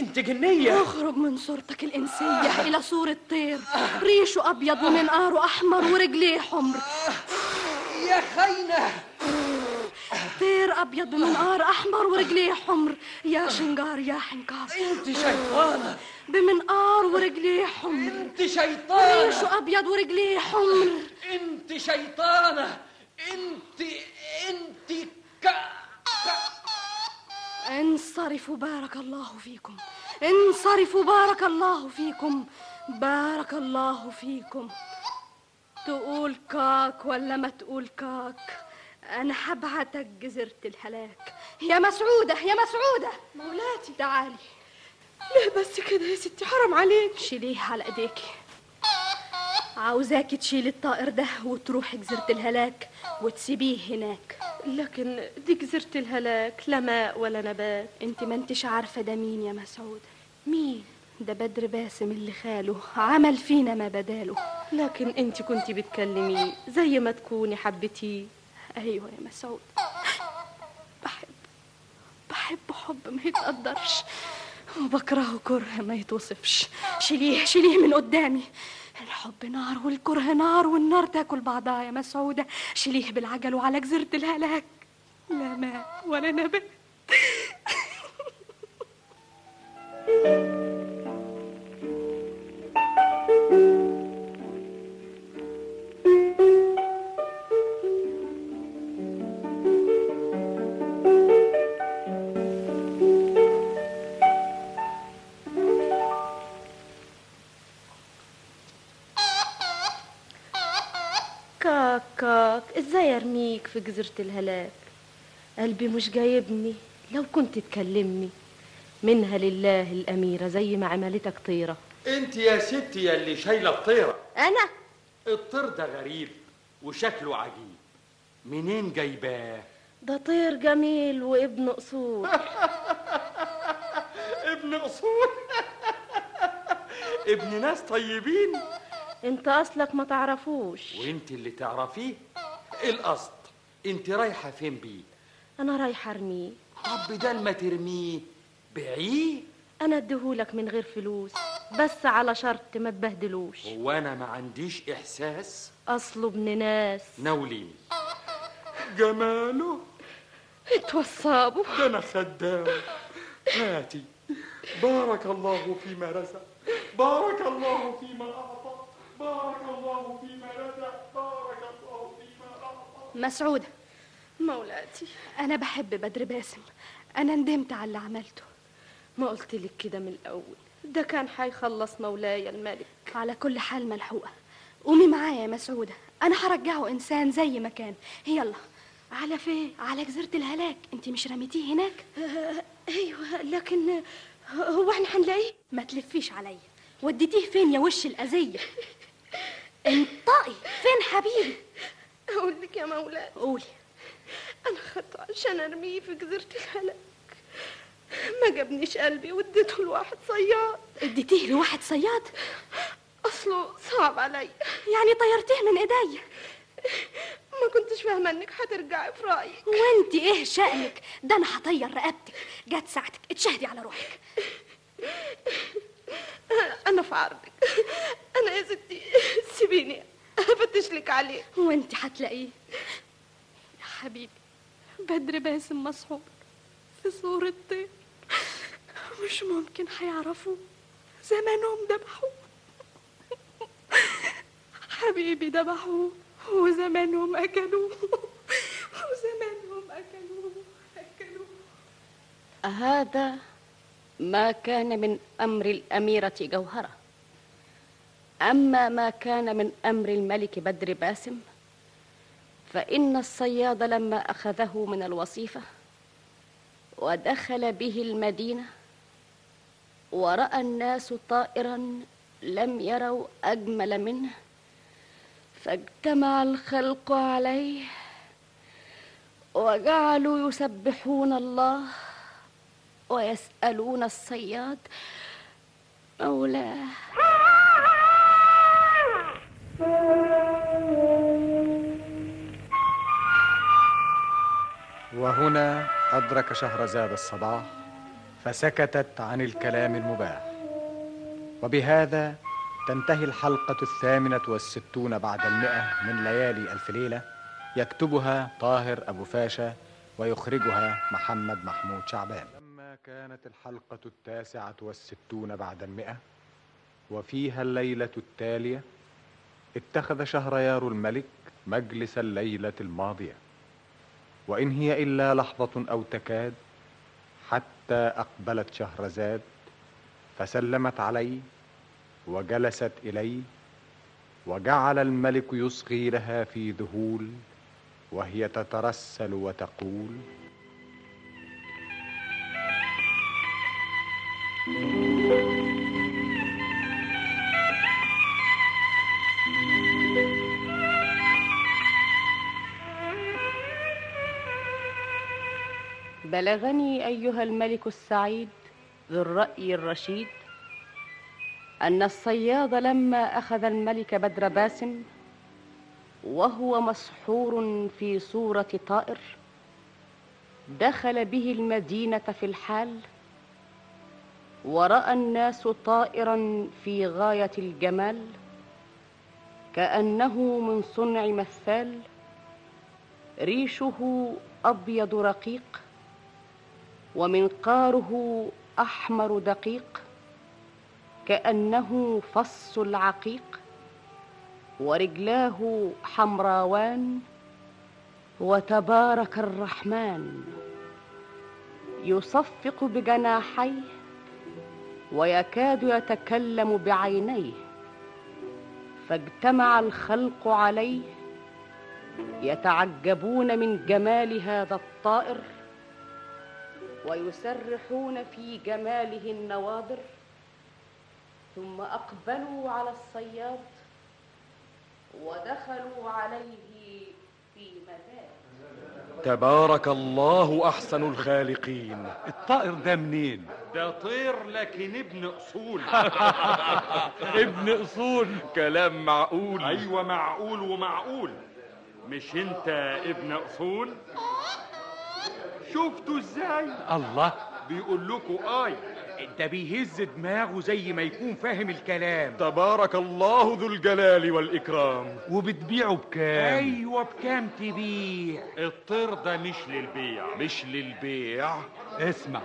انت جنيه اخرج من صورتك الانسيه الى صوره طير ريشه ابيض ومنقاره احمر ورجليه حمر يا خاينه طير ابيض بمنقار احمر ورجليه حمر يا شنجار يا حنكار انت شيطانه بمنقار ورجليه حمر انت شيطانه ريشه ابيض ورجليه حمر انت شيطانه انت انت ك... انصرفوا بارك الله فيكم انصرفوا بارك الله فيكم بارك الله فيكم تقول كاك ولا ما تقول كاك انا هبعتك جزيره الهلاك يا مسعوده يا مسعوده مولاتي تعالي لا بس كده يا ستي حرام عليك شيليه على ايديكي عاوزاكي تشيلي الطائر ده وتروحي جزيرة الهلاك وتسيبيه هناك لكن دي جزيرة الهلاك لا ماء ولا نبات انت ما انتش عارفة ده مين يا مسعودة مين؟ ده بدر باسم اللي خاله عمل فينا ما بداله لكن انت كنت بتكلميه زي ما تكوني حبتيه ايوه يا مسعود بحب بحب حب ما يتقدرش وبكرهه كره ما يتوصفش شيليه شيليه من قدامي الحب نار والكره نار والنار تاكل بعضها يا مسعودة شيليه بالعجل وعلى جزيرة الهلاك لا ماء ولا نبات كاك كاك ازاي ارميك في جزيرة الهلاك قلبي مش جايبني لو كنت تكلمني منها لله الأميرة زي ما عملتك طيرة انت يا ستي يا اللي شايله الطيره أنا الطير ده غريب وشكله عجيب منين جايباه ده طير جميل وابن أصول ابن اصول ابن ناس طيبين انت أصلك ما تعرفوش وانت اللي تعرفيه ايه القصد انت رايحه فين بيه أنا رايحة أرميه طب بدل ما ترميه بعيه أنا أديهولك من غير فلوس بس على شرط ما تبهدلوش هو انا ما عنديش احساس أصله ابن ناس ناوليني جماله انتوا الصابو ده انا خدام هاتي بارك الله فيما رزق بارك الله فيما اعطى بارك الله فيما رزق بارك الله فيما اعطى مسعودة مولاتي أنا بحب بدر باسم أنا ندمت على اللي عملته ما قلت لك كده من الأول ده كان هيخلص مولاي الملك على كل حال ملحوقة قومي معايا يا مسعودة أنا هرجعه إنسان زي ما كان يلا على فين؟ على جزيرة الهلاك انت مش رميتيه هناك؟ ايوه لكن هو احنا هنلاقيه؟ ما تلفيش عليا وديتيه فين يا وش الأذية؟ انطقي فين حبيبي؟ أقول لك يا مولاي قولي أنا خدته عشان أرميه في جزيرة الهلاك ما جابنيش قلبي واديته لواحد صياد اديتيه لواحد صياد؟ أصله صعب عليا يعني طيرتيه من إيديا ما كنتش فاهمة إنك هترجعي في رأيك وأنت إيه شأنك؟ ده أنا هطير رقبتك جت ساعتك اتشهدي على روحك أنا في عرضك أنا يا ستي سيبيني هفتش لك عليه وأنت هتلاقيه يا حبيبي بدر باسم مصحوب في صورة طير مش ممكن هيعرفوه زمانهم ذبحوه حبيبي ذبحوه وزمانهم أكلوه وزمانهم أكلوه أكلوه هذا ما كان من امر الاميره جوهره اما ما كان من امر الملك بدر باسم فان الصياد لما اخذه من الوصيفه ودخل به المدينه وراى الناس طائرا لم يروا اجمل منه فاجتمع الخلق عليه وجعلوا يسبحون الله ويسألون الصياد مولاه وهنا أدرك شهرزاد الصباح فسكتت عن الكلام المباح وبهذا تنتهي الحلقة الثامنة والستون بعد المئة من ليالي ألف ليلة يكتبها طاهر أبو فاشا ويخرجها محمد محمود شعبان لما كانت الحلقة التاسعة والستون بعد المئة وفيها الليلة التالية اتخذ شهريار الملك مجلس الليلة الماضية وإن هي إلا لحظة أو تكاد حتى أقبلت شهرزاد فسلمت عليه وجلست إليه وجعل الملك يصغي لها في ذهول وهي تترسل وتقول بلغني أيها الملك السعيد ذو الرأي الرشيد أن الصياد لما أخذ الملك بدر باسم وهو مسحور في صورة طائر دخل به المدينة في الحال ورأى الناس طائرا في غاية الجمال كأنه من صنع مثال ريشه أبيض رقيق ومنقاره أحمر دقيق كأنه فص العقيق ورجلاه حمراوان وتبارك الرحمن يصفق بجناحيه ويكاد يتكلم بعينيه فاجتمع الخلق عليه يتعجبون من جمال هذا الطائر ويسرحون في جماله النواظر ثم اقبلوا على الصياد ودخلوا عليه في مزاج تبارك الله أحسن الخالقين الطائر ده منين؟ ده طير لكن ابن اصول ابن أصول كلام معقول أيوة معقول ومعقول مش انت ابن اصول شفتوا ازاي الله بيقول لكم اي ده بيهز دماغه زي ما يكون فاهم الكلام تبارك الله ذو الجلال والإكرام وبتبيعه بكام أيوة بكام تبيع الطير ده مش للبيع مش للبيع اسمع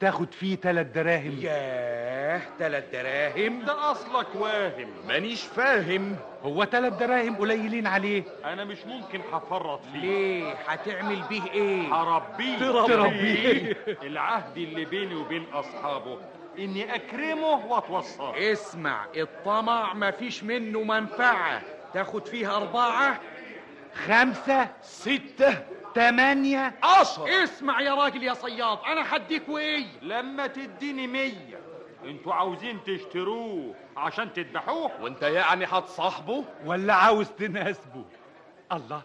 تاخد فيه تلات دراهم ياه تلات دراهم ده أصلك واهم مانيش فاهم هو تلات دراهم قليلين عليه أنا مش ممكن هفرط فيه ليه هتعمل بيه ايه هربيه تربيه العهد اللي بيني وبين أصحابه إني أكرمه وأتوصاه اسمع الطمع مفيش منه منفعة تاخد فيها أربعة خمسة ستة تمانية عشر اسمع يا راجل يا صياد أنا هديك وإيه لما تديني مية انتوا عاوزين تشتروه عشان تذبحوه وانت يعني هتصاحبه ولا عاوز تناسبه الله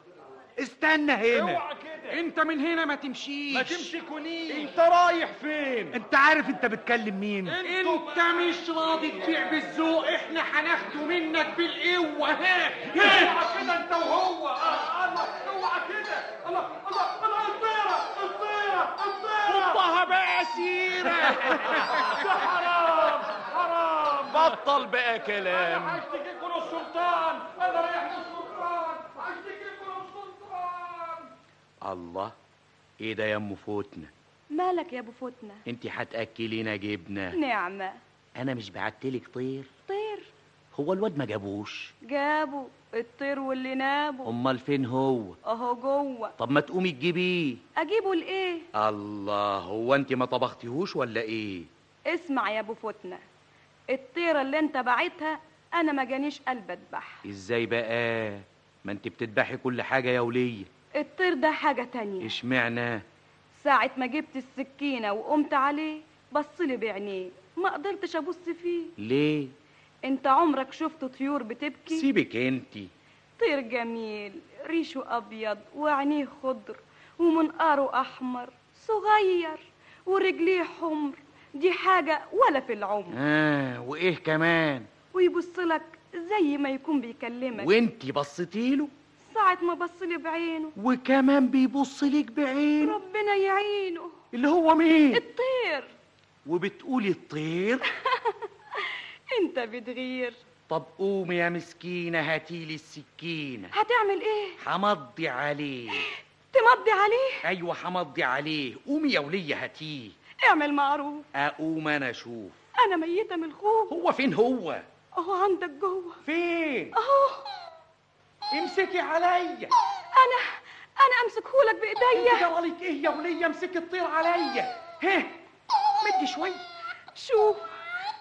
استنى هنا اوعى كده انت من هنا ما تمشيش ما تمسكونيش انت رايح فين انت عارف انت بتكلم مين انتوا- انت مش راضي تبيع بالذوق احنا هناخده منك بالقوه ها اوعى كده انت وهو آه، الله اوعى كده الله الله الله الطيره الطيره الطيره حطها بقى سيره ده حرام حرام بطل بقى كلام انا هشتكيكوا للسلطان انا رايح للسلطان هشتكيكوا للسلطان الله ايه ده يا ام فوتنا مالك يا ابو فتنه انت هتاكلينا جبنه نعمه انا مش بعتلك طير طير هو الواد ما جابوش جابوا الطير واللي نابوا امال فين هو اهو جوه طب ما تقومي تجيبيه اجيبه لايه الله هو انت ما طبختيهوش ولا ايه اسمع يا ابو فتنه الطيره اللي انت بعتها انا ما جانيش قلب اذبح ازاي بقى ما انت بتذبحي كل حاجه يا وليه الطير ده حاجه تانية اشمعنى ساعه ما جبت السكينه وقمت عليه بصلي بعينيه ما قدرتش ابص فيه ليه انت عمرك شفت طيور بتبكي سيبك انت طير جميل ريشه ابيض وعينيه خضر ومنقاره احمر صغير ورجليه حمر دي حاجه ولا في العمر اه وايه كمان ويبص لك زي ما يكون بيكلمك وانت بصيتيله ساعة ما بص لي بعينه وكمان بيبص ليك بعين ربنا يعينه اللي هو مين الطير وبتقولي الطير انت بتغير طب قومي يا مسكينة هاتيلي السكينة هتعمل ايه حمضي عليه تمضي عليه أيوة حمضي عليه قومي يا ولية هاتيه اعمل معروف أقوم أنا أشوف انا ميتة من الخوف هو فين هو اهو عندك جوه فين اهو امسكي عليا انا انا امسكهولك بايديا جرى لك إيه ايه يا وليه امسك الطير عليا ها مدي شوي شوف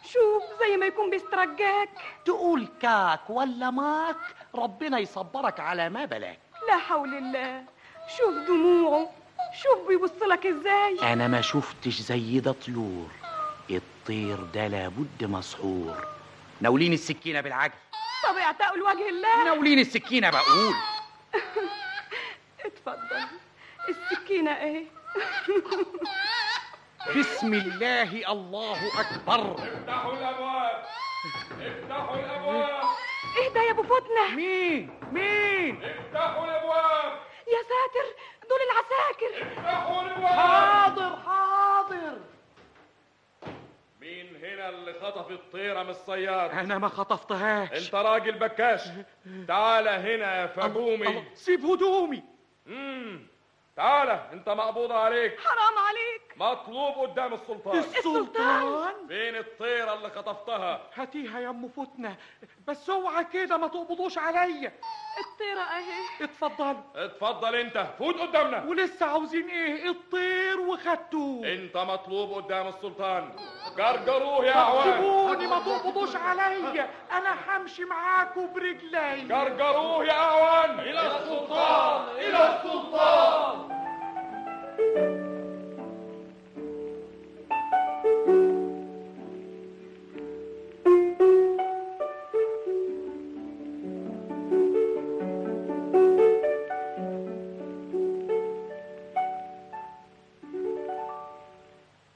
شوف زي ما يكون بيسترجاك تقول كاك ولا ماك ربنا يصبرك على ما بلاك لا حول الله شوف دموعه شوف بيبص لك ازاي أنا ما شفتش زي ده طيور الطير ده لابد مسحور ناوليني السكينة بالعجل طب اعتقوا لوجه الله ناوليني السكينة بقول اتفضل السكينة إيه؟ اهي بسم الله الله اكبر افتحوا الابواب افتحوا الابواب اهدى يا ابو فتنه مين مين افتحوا الابواب يا ساتر دول العساكر افتحوا الابواب حاضر حاضر مين هنا اللي خطف الطيره من الصياد انا ما خطفتهاش انت راجل بكاش تعال هنا يا فجومي سيب هدومي امم تعالى انت مقبوض عليك حرام عليك مطلوب قدام السلطان السلطان فين الطيره اللي خطفتها هاتيها يا ام فتنه بس اوعى كده ما تقبضوش عليا الطيره اهي اتفضل اتفضل انت فوت قدامنا ولسه عاوزين ايه الطير وخدتوه انت مطلوب قدام السلطان جرجروه يا عوان سيبوني ما تقبضوش عليا انا همشي معاكم برجلي جرجروه يا عوان الى السلطان الى السلطان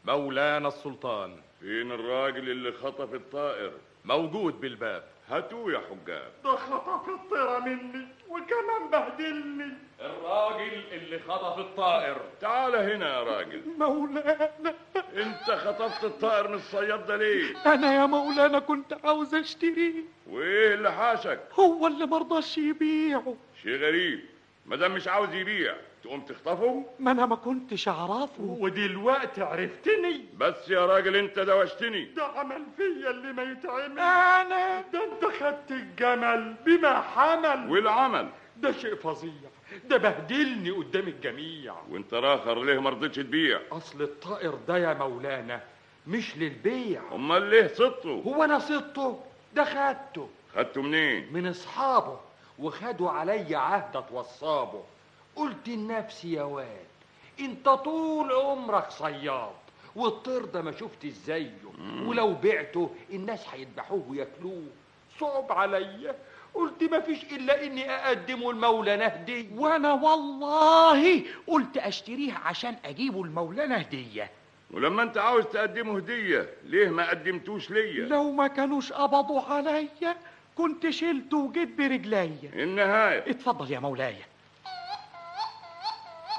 مولانا السلطان فين الراجل اللي خطف الطائر موجود بالباب هاتوه يا حجاب ده خطف الطيرة مني وكمان بهدلني الراجل اللي خطف الطائر تعال هنا يا راجل مولانا انت خطفت الطائر من الصياد ده ليه انا يا مولانا كنت عاوز اشتريه وايه اللي حاشك هو اللي مرضاش يبيعه شيء غريب مادام مش عاوز يبيع تقوم تخطفه ما انا ما كنتش اعرفه ودلوقتي عرفتني بس يا راجل انت دوشتني ده عمل فيا اللي ما يتعمل انا ده انت خدت الجمل بما حمل والعمل ده شيء فظيع ده بهدلني قدام الجميع وانت راخر ليه ما رضيتش تبيع اصل الطائر ده يا مولانا مش للبيع امال ليه صدته هو انا صدته ده خدته خدته منين من اصحابه وخدوا علي عهد اتوصابه قلت لنفسي يا واد انت طول عمرك صياد والطير ده ما شفتش زيه ولو بعته الناس هيذبحوه وياكلوه صعب عليا قلت ما فيش الا اني اقدمه لمولانا هديه وانا والله قلت اشتريه عشان اجيبه لمولانا هديه ولما انت عاوز تقدمه هديه ليه ما قدمتوش ليا لو ما كانوش قبضوا عليا كنت شلته وجيت برجليا إيه النهايه اتفضل يا مولاي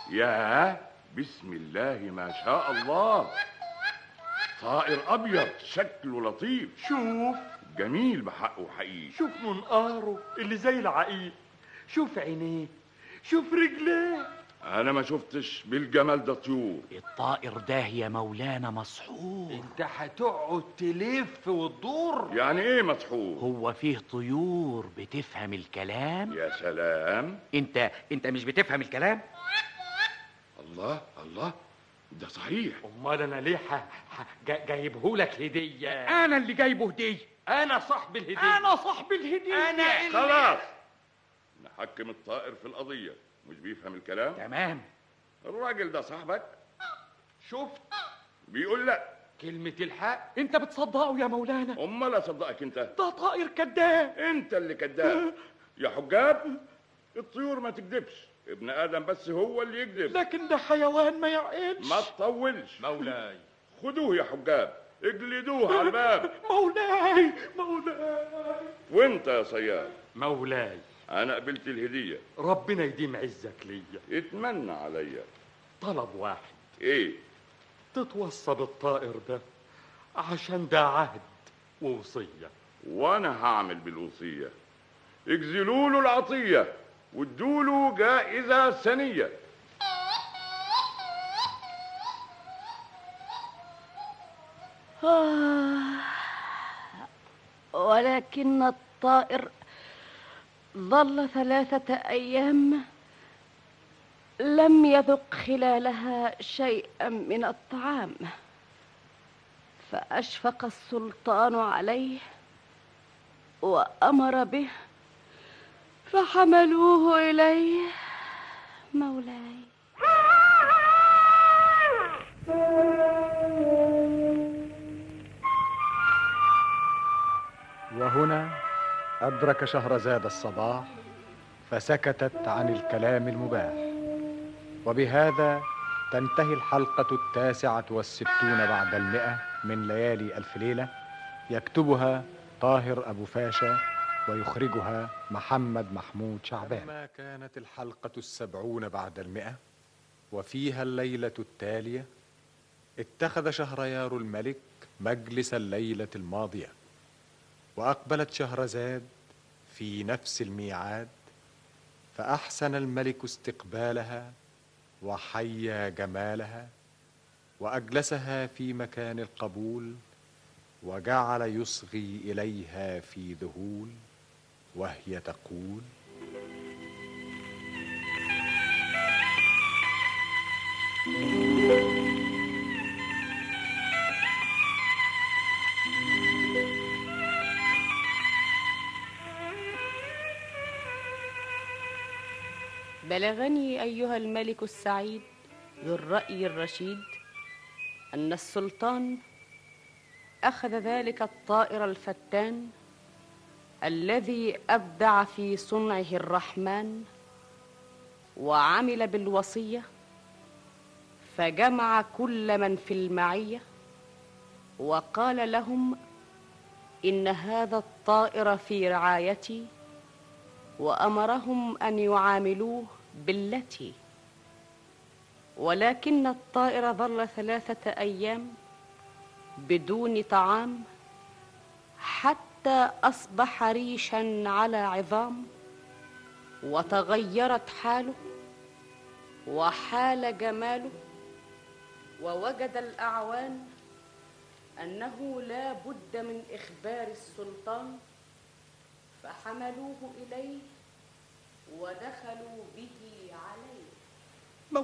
ياه بسم الله ما شاء الله طائر ابيض شكله لطيف شوف جميل بحقه حقيقي شوف منقاره اللي زي العقيق شوف عينيه شوف رجليه انا ما شفتش بالجمال ده طيور الطائر ده يا مولانا مسحور انت هتقعد تلف وتدور يعني ايه مسحور هو فيه طيور بتفهم الكلام يا سلام انت انت مش بتفهم الكلام الله الله ده صحيح امال انا ليه ح... ح... جايبه لك هديه انا اللي جايبه هديه انا صاحب الهديه انا صاحب الهديه أنا اللي- خلاص نحكم الطائر في القضيه مش بيفهم الكلام تمام الراجل ده صاحبك شفت بيقول لا كلمه الحق انت بتصدقه يا مولانا امال اصدقك انت ده طائر كذاب انت اللي كذاب يا حجاب الطيور ما تكذبش ابن ادم بس هو اللي يكذب لكن ده حيوان ما يعقلش ما تطولش مولاي خدوه يا حجاب اجلدوه على الباب مولاي مولاي وانت يا صياد مولاي انا قبلت الهديه ربنا يديم عزك ليا اتمنى عليا طلب واحد ايه تتوصى بالطائر ده عشان ده عهد ووصيه وانا هعمل بالوصيه اجزلوا له العطيه وادوا له جائزه سنيه آه، ولكن الطائر ظل ثلاثة أيام لم يذق خلالها شيئا من الطعام فأشفق السلطان عليه وأمر به فحملوه إليه مولاي وهنا أدرك شهرزاد الصباح فسكتت عن الكلام المباح وبهذا تنتهي الحلقة التاسعة والستون بعد المئة من ليالي ألف ليلة يكتبها طاهر أبو فاشا ويخرجها محمد محمود شعبان ما كانت الحلقة السبعون بعد المئة وفيها الليلة التالية اتخذ شهريار الملك مجلس الليلة الماضية وأقبلت شهرزاد في نفس الميعاد فأحسن الملك استقبالها وحيا جمالها واجلسها في مكان القبول وجعل يصغي اليها في ذهول وهي تقول بلغني ايها الملك السعيد ذو الراي الرشيد ان السلطان اخذ ذلك الطائر الفتان الذي ابدع في صنعه الرحمن وعمل بالوصيه فجمع كل من في المعيه وقال لهم ان هذا الطائر في رعايتي وامرهم ان يعاملوه بالتي ولكن الطائر ظل ثلاثه ايام بدون طعام حتى اصبح ريشا على عظام وتغيرت حاله وحال جماله ووجد الاعوان انه لا بد من اخبار السلطان فحملوه إليه ودخلوا به عليه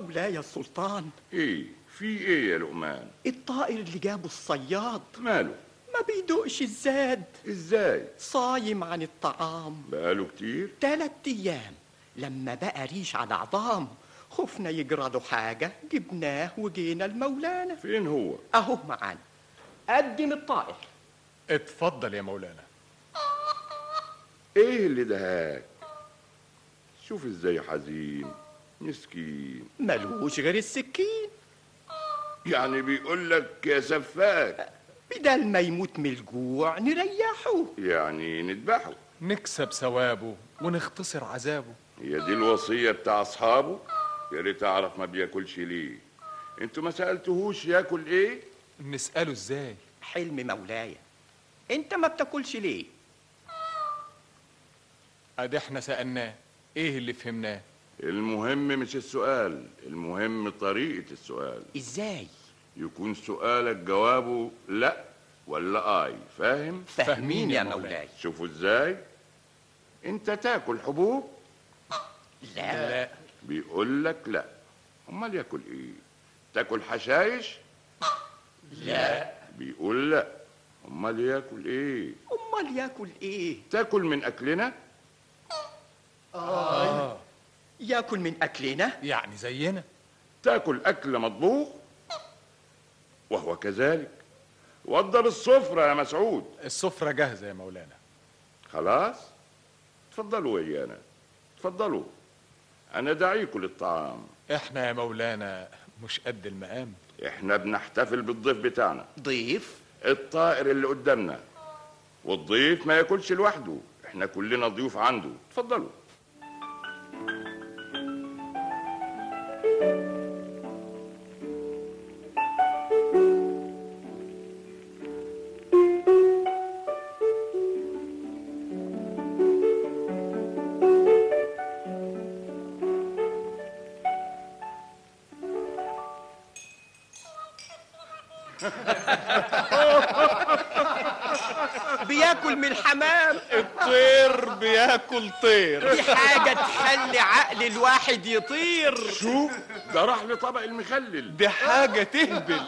مولاي السلطان ايه في ايه يا لقمان الطائر اللي جابه الصياد ماله ما بيدوقش الزاد ازاي صايم عن الطعام بقاله كتير تلات أيام لما بقى ريش على عظام خفنا يجرى له حاجة جبناه وجينا لمولانا فين هو أهو معانا قدم الطائر اتفضل يا مولانا ايه اللي دهاك شوف ازاي حزين مسكين ملهوش غير السكين يعني بيقول لك يا سفاك بدل ما يموت من الجوع نريحه يعني نذبحه نكسب ثوابه ونختصر عذابه هي دي الوصية بتاع أصحابه يا ريت أعرف ما بياكلش ليه أنتوا ما سألتهوش ياكل إيه نسأله ازاي حلم مولاي انت ما بتاكلش ليه ادي احنا سألناه ايه اللي فهمناه المهم مش السؤال المهم طريقة السؤال ازاي يكون سؤالك جوابه لا ولا آي فاهم؟ فاهمين يا مولاي شوفوا ازاي انت تاكل حبوب لا لا بيقول لك لا امال ياكل ايه تاكل حشايش لا بيقول لا امال ياكل ايه امال ياكل ايه تاكل من اكلنا آه. ياكل من اكلنا يعني زينا تاكل اكل مطبوخ وهو كذلك وضب السفره يا مسعود السفرة جاهزة يا مولانا خلاص اتفضلوا ويانا اتفضلوا انا داعيكم للطعام احنا يا مولانا مش قد المقام احنا بنحتفل بالضيف بتاعنا ضيف الطائر اللي قدامنا والضيف ما ياكلش لوحده احنا كلنا ضيوف عنده اتفضلوا بياكل من الحمام الطير بياكل طير دي حاجة تخلي عقل الواحد يطير شوف ده راح لطبق المخلل دي حاجة تهبل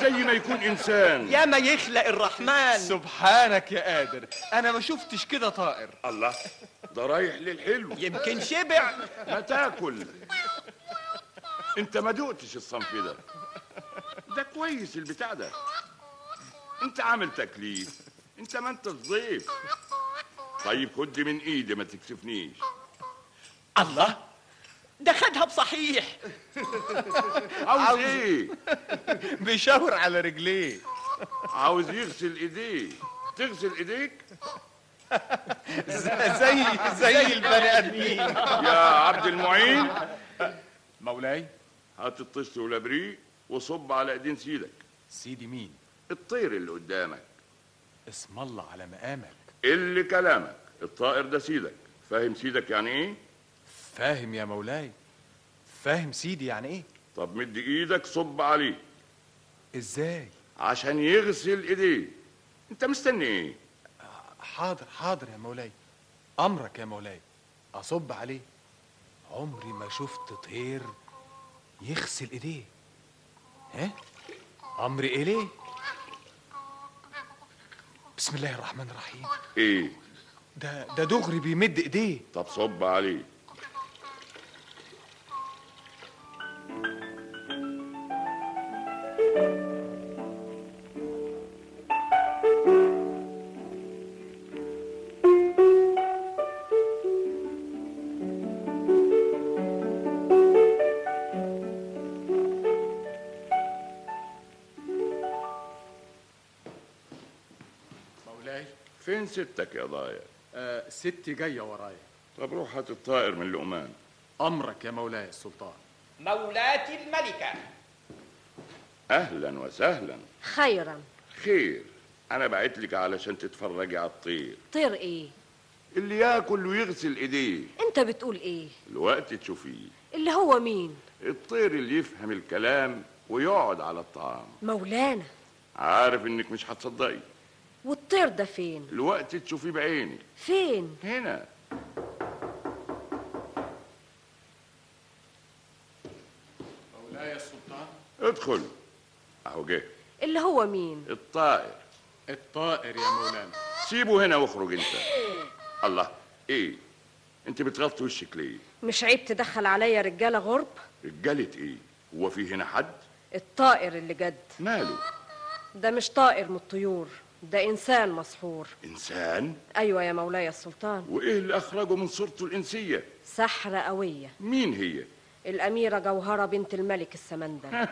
زي ما يكون انسان يا ما يخلق الرحمن سبحانك يا قادر انا ما شفتش كده طائر الله ده رايح للحلو يمكن شبع ما تاكل انت ما دقتش الصنف ده ده كويس البتاع ده انت عامل تكليف انت ما انت ضيف طيب خد من ايدي ما تكسفنيش الله ده خدها بصحيح عاوز إيه؟ ايه؟ بيشاور على رجليه عاوز يغسل ايديه تغسل ايديك؟ زي زي البني ادمين يا عبد المعين مولاي هات الطشت والابريق وصب على ايدين سيدك سيدي مين؟ الطير اللي قدامك اسم الله على مقامك اللي كلامك الطائر ده سيدك فاهم سيدك يعني ايه؟ فاهم يا مولاي فاهم سيدي يعني ايه؟ طب مد ايدك صب عليه ازاي؟ عشان يغسل ايديه انت مستني ايه؟ حاضر حاضر يا مولاي امرك يا مولاي اصب عليه عمري ما شفت طير يغسل ايديه ها امري ايه ليه بسم الله الرحمن الرحيم ايه؟ ده ده دغري بيمد ايديه طب صب عليه مولاي فين ستك يا ضايع؟ آه ستي جايه ورايا طب روح هات الطائر من لقمان امرك يا مولاي السلطان مولاتي الملكة اهلا وسهلا خيرا خير انا بعت لك علشان تتفرجي على الطير طير ايه اللي ياكل ويغسل ايديه انت بتقول ايه الوقت تشوفيه اللي هو مين الطير اللي يفهم الكلام ويقعد على الطعام مولانا عارف انك مش هتصدقي والطير ده فين الوقت تشوفيه بعينك فين هنا مولاي السلطان ادخل اهو جه اللي هو مين الطائر الطائر يا مولانا سيبه هنا واخرج انت الله ايه انت بتغطي وشك ليه مش عيب تدخل عليا رجاله غرب رجالة ايه هو في هنا حد الطائر اللي جد ماله ده مش طائر من الطيور ده انسان مسحور انسان ايوه يا مولاي السلطان وايه اللي اخرجه من صورته الانسيه سحرة قوية مين هي الأميرة جوهرة بنت الملك السمندل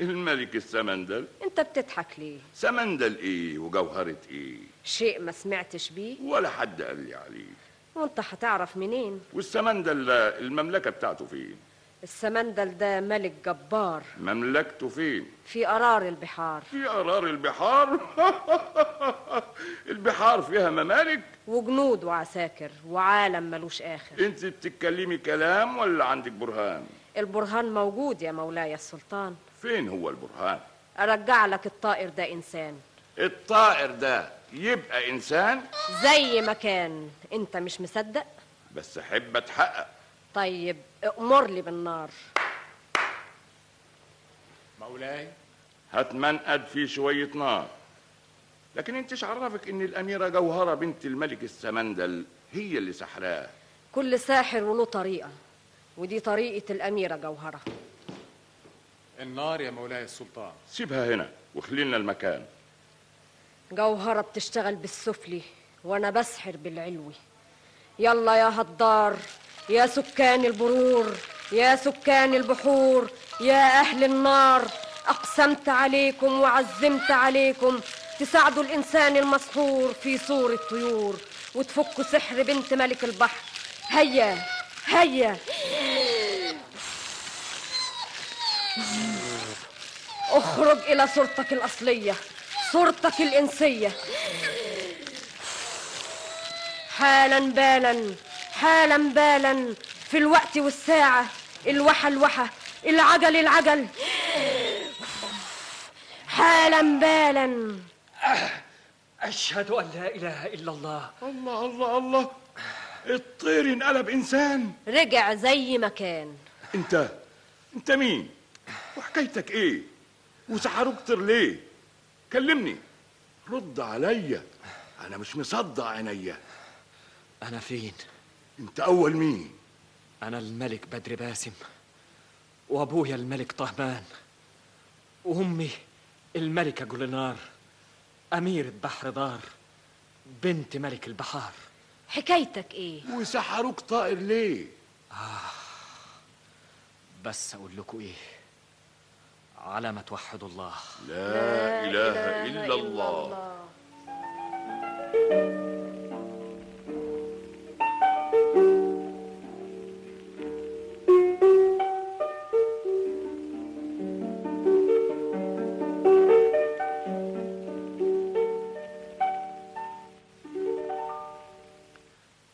الملك السمندل أنت بتضحك ليه؟ سمندل ايه وجوهرة ايه شيء ما سمعتش بيه ولا حد قال لي عليه وأنت هتعرف منين؟ والسمندل ده المملكه بتاعته فين السمندل ده ملك جبار مملكته فين في قرار البحار في قرار البحار البحار فيها ممالك وجنود وعساكر وعالم ملوش آخر انت بتتكلمي كلام ولا عندك برهان البرهان موجود يا مولاي السلطان فين هو البرهان أرجع لك الطائر ده إنسان الطائر ده يبقى انسان زي ما كان أنت مش مصدق بس احب اتحقق طيب أمر لي بالنار مولاي هات منقد فيه شويه نار لكن انتش عرفك ان الاميره جوهره بنت الملك السمندل هي اللي سحراه كل ساحر وله طريقة ودي طريقة الأميرة جوهرة النار يا مولاي السلطان سيبها هنا وخلينا المكان جوهرة بتشتغل بالسفلي وأنا بسحر بالعلوي يلا يا هدار يا سكان البرور يا سكان البحور يا أهل النار أقسمت عليكم وعزمت عليكم تساعدوا الإنسان المسحور في سور الطيور وتفكوا سحر بنت ملك البحر هيا هيا اخرج إلى صورتك الأصلية صورتك الإنسية حالا بالا حالا بالا في الوقت والساعة الوحى الوحى العجل العجل حالا بالا أشهد أن لا إله إلا الله الله الله الله الطير انقلب انسان رجع زي ما كان انت انت مين وحكايتك ايه وسحروك طير ليه كلمني رد عليا انا مش مصدق عينيا أنا فين؟ انت اول مين أنا الملك بدر باسم وأبويا الملك طهمان وأمي الملكة جولنار أميرة بحر دار بنت ملك البحار حكايتك إيه وسحروك طائر ليه آه، بس اقول لكم ايه على ما توحدوا الله لا, لا إله إله إلا إلا الله.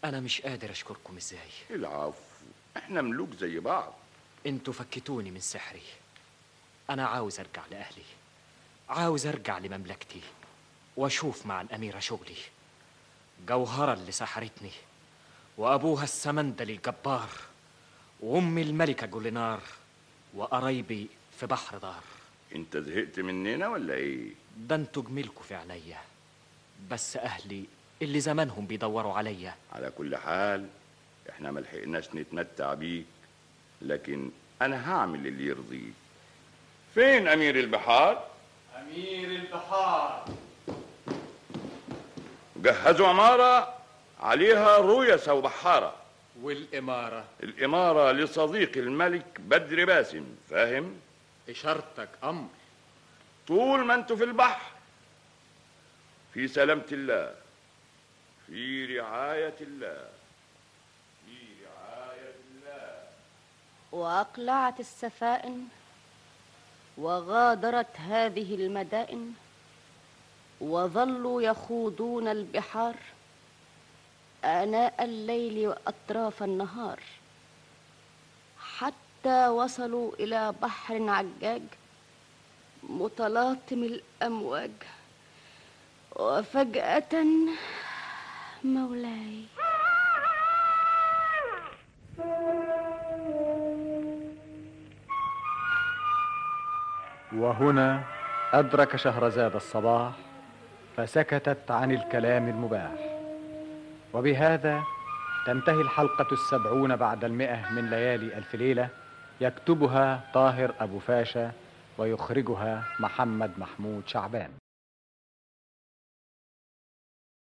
انا مش قادر اشكركم ازاي العفو احنا ملوك زي بعض انتوا فكتوني من سحري انا عاوز ارجع لاهلي عاوز ارجع لمملكتي واشوف مع الاميره شغلي جوهره اللي سحرتني وابوها السمندل الجبار وامي الملكه جولينار وقرايبي في بحر دار انت زهقت مننا ولا ايه ده انتوا جميلكوا في عينيا بس اهلي اللي زمانهم بيدوروا عليا على كل حال احنا ملحقناش نتمتع بيك لكن انا هعمل اللي يرضيك فين امير البحار أمير البحار جهزوا عماره عليها رويس وبحاره والإمارة الاماره لصديق الملك بدر باسم فاهم إشارتك أمر طول ما انتوا في البحر في سلامه الله في رعايه الله في رعايه الله وأقلعت السفائن وغادرت هذه المدائن وظلوا يخوضون البحار آناء الليل وأطراف النهار حتى وصلوا إلى بحر عجاج متلاطم الأمواج وفجأة مولاي وهنا أدرك شهرزاد الصباح فسكتت عن الكلام المباح وبهذا تنتهي الحلقة السبعون بعد المئة من ليالي ألف ليلة يكتبها طاهر أبو فاشا ويخرجها محمد محمود شعبان